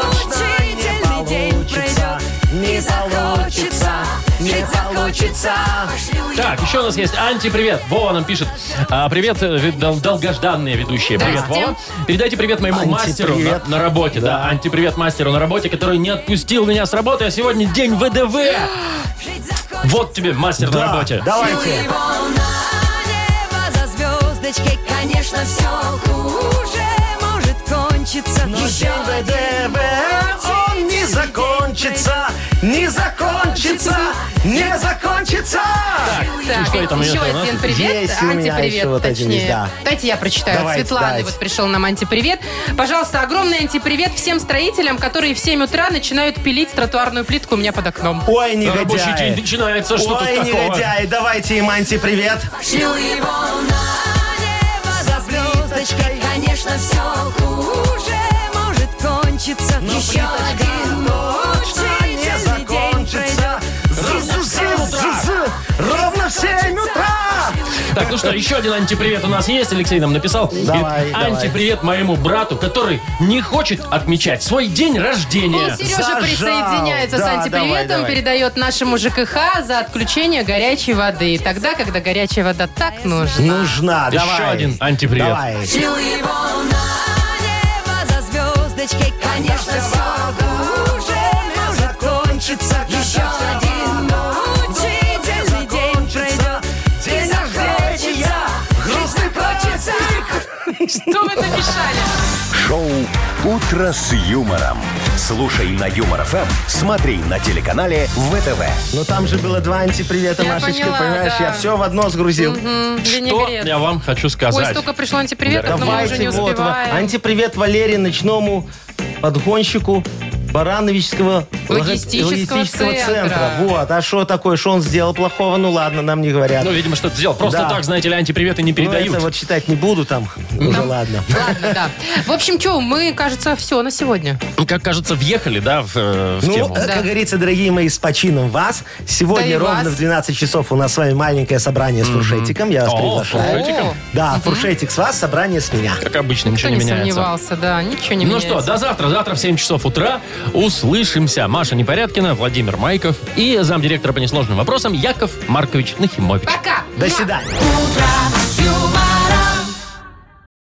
Speaker 5: уже
Speaker 1: один
Speaker 5: точно не
Speaker 1: мучительный день
Speaker 5: получится,
Speaker 1: пройдет.
Speaker 5: не
Speaker 1: И захочется,
Speaker 5: получится, не
Speaker 1: жить захочется. Пошлю я
Speaker 3: Так, еще у нас есть антипривет. Вова нам пишет. А, привет, э, ви- дол- долгожданные ведущие. Привет,
Speaker 4: Здрасте.
Speaker 3: Вова. Передайте привет моему мастеру на,
Speaker 5: Антипривет.
Speaker 3: на работе. Да. антипривет мастеру на работе, который не отпустил меня с работы, а сегодня день ВДВ.
Speaker 1: жить захочется.
Speaker 3: Вот тебе мастер на работе.
Speaker 5: Давайте.
Speaker 1: его на небо за звездочкой, конечно, все хуже может кончиться.
Speaker 5: Но
Speaker 1: Еще
Speaker 5: день ВДВ, он не закончится, не закончится, не закончится.
Speaker 4: Так,
Speaker 3: что это у меня
Speaker 4: еще
Speaker 3: там, а?
Speaker 4: один привет.
Speaker 5: Есть у меня
Speaker 4: антипривет,
Speaker 5: еще вот один
Speaker 4: точнее.
Speaker 5: есть, да.
Speaker 4: Дайте я прочитаю. От
Speaker 5: Давайте,
Speaker 4: Светланы
Speaker 5: давайте.
Speaker 4: вот пришел нам антипривет. Пожалуйста, огромный антипривет всем строителям, которые в 7 утра начинают пилить тротуарную плитку у меня под окном.
Speaker 5: Ой,
Speaker 3: Рабочий день
Speaker 5: негодяи.
Speaker 3: начинается. Что
Speaker 5: Ой,
Speaker 3: тут такого?
Speaker 5: негодяи, давайте им антипривет.
Speaker 1: пошлю его на небо за звездочкой, конечно, все хуже может кончиться. Еще один
Speaker 5: Не
Speaker 1: мучительный день пройдет.
Speaker 5: закончится. Зазусим
Speaker 3: Так, ну что, еще один антипривет у нас есть. Алексей нам написал. Говорит,
Speaker 5: Давай, давай.
Speaker 3: Антипривет моему брату, который не хочет отмечать свой день рождения.
Speaker 4: И Сережа
Speaker 5: Зажал.
Speaker 4: присоединяется с
Speaker 5: Да,
Speaker 4: антиприветом,
Speaker 5: давай, давай.
Speaker 4: передает нашему ЖКХ за отключение горячей воды. Тогда, когда горячая вода так нужна.
Speaker 5: Нужна,
Speaker 3: Еще
Speaker 5: давай.
Speaker 3: один антипривет.
Speaker 5: Давай.
Speaker 1: Шлю его на небо за звездочкой, конечно, все уже может кончиться. Еще один мучительный день пройдет, и захочется, грустно хочется.
Speaker 4: Что вы написали?
Speaker 2: Шоу «Утро с юмором». Слушай на Юмор ФМ, смотри на телеканале ВТВ.
Speaker 5: Но Ну, там же было два антипривета,
Speaker 4: Я
Speaker 5: Машечка,
Speaker 4: поняла,
Speaker 5: понимаешь?
Speaker 4: да.
Speaker 5: Я все в одно сгрузил.
Speaker 3: Что я вам хочу
Speaker 4: Ой,
Speaker 3: сказать?
Speaker 4: столько пришло антиприветов, но мы уже не
Speaker 5: Давайте, вот, вот,
Speaker 4: успеваем.
Speaker 5: антипривет Валерии, ночному подгонщику Барановичского лого-
Speaker 4: Логистического центра.
Speaker 5: Вот, а что такое, что он сделал плохого? Ну ладно, нам не говорят.
Speaker 3: Ну, видимо, что-то сделал. Просто
Speaker 5: Да.
Speaker 3: так, знаете ли, антиприветы не
Speaker 5: Ну,
Speaker 3: передают.
Speaker 5: это вот считать не буду там,
Speaker 4: Ну,
Speaker 5: уже ладно.
Speaker 4: Ладно, да. В общем, что, мы, кажется, все на сегодня.
Speaker 3: Ну, Как кажется, въехали, да, в, э, в
Speaker 5: Ну,
Speaker 3: тему.
Speaker 5: э,
Speaker 4: Да.
Speaker 5: как говорится, дорогие мои, с почином вас.
Speaker 4: Да и
Speaker 5: Сегодня ровно
Speaker 4: вас.
Speaker 5: в 12 часов у нас с вами маленькое собрание с фуршетиком. Я вас
Speaker 3: О,
Speaker 5: приглашаю.
Speaker 3: фуршетиком?
Speaker 4: О.
Speaker 5: Да, фуршетик с вас, собрание с меня.
Speaker 3: Как обычно,
Speaker 4: Кто
Speaker 3: ничего не,
Speaker 4: не
Speaker 3: меняется.
Speaker 4: сомневался, да, ничего не
Speaker 3: ну
Speaker 4: меняется.
Speaker 3: что, до завтра. Завтра в 7 часов утра услышимся. Маша Непорядкина, Владимир Майков и замдиректора по несложным вопросам Яков Маркович Нахимович.
Speaker 4: Пока!
Speaker 5: До свидания.
Speaker 1: Утро с юмором.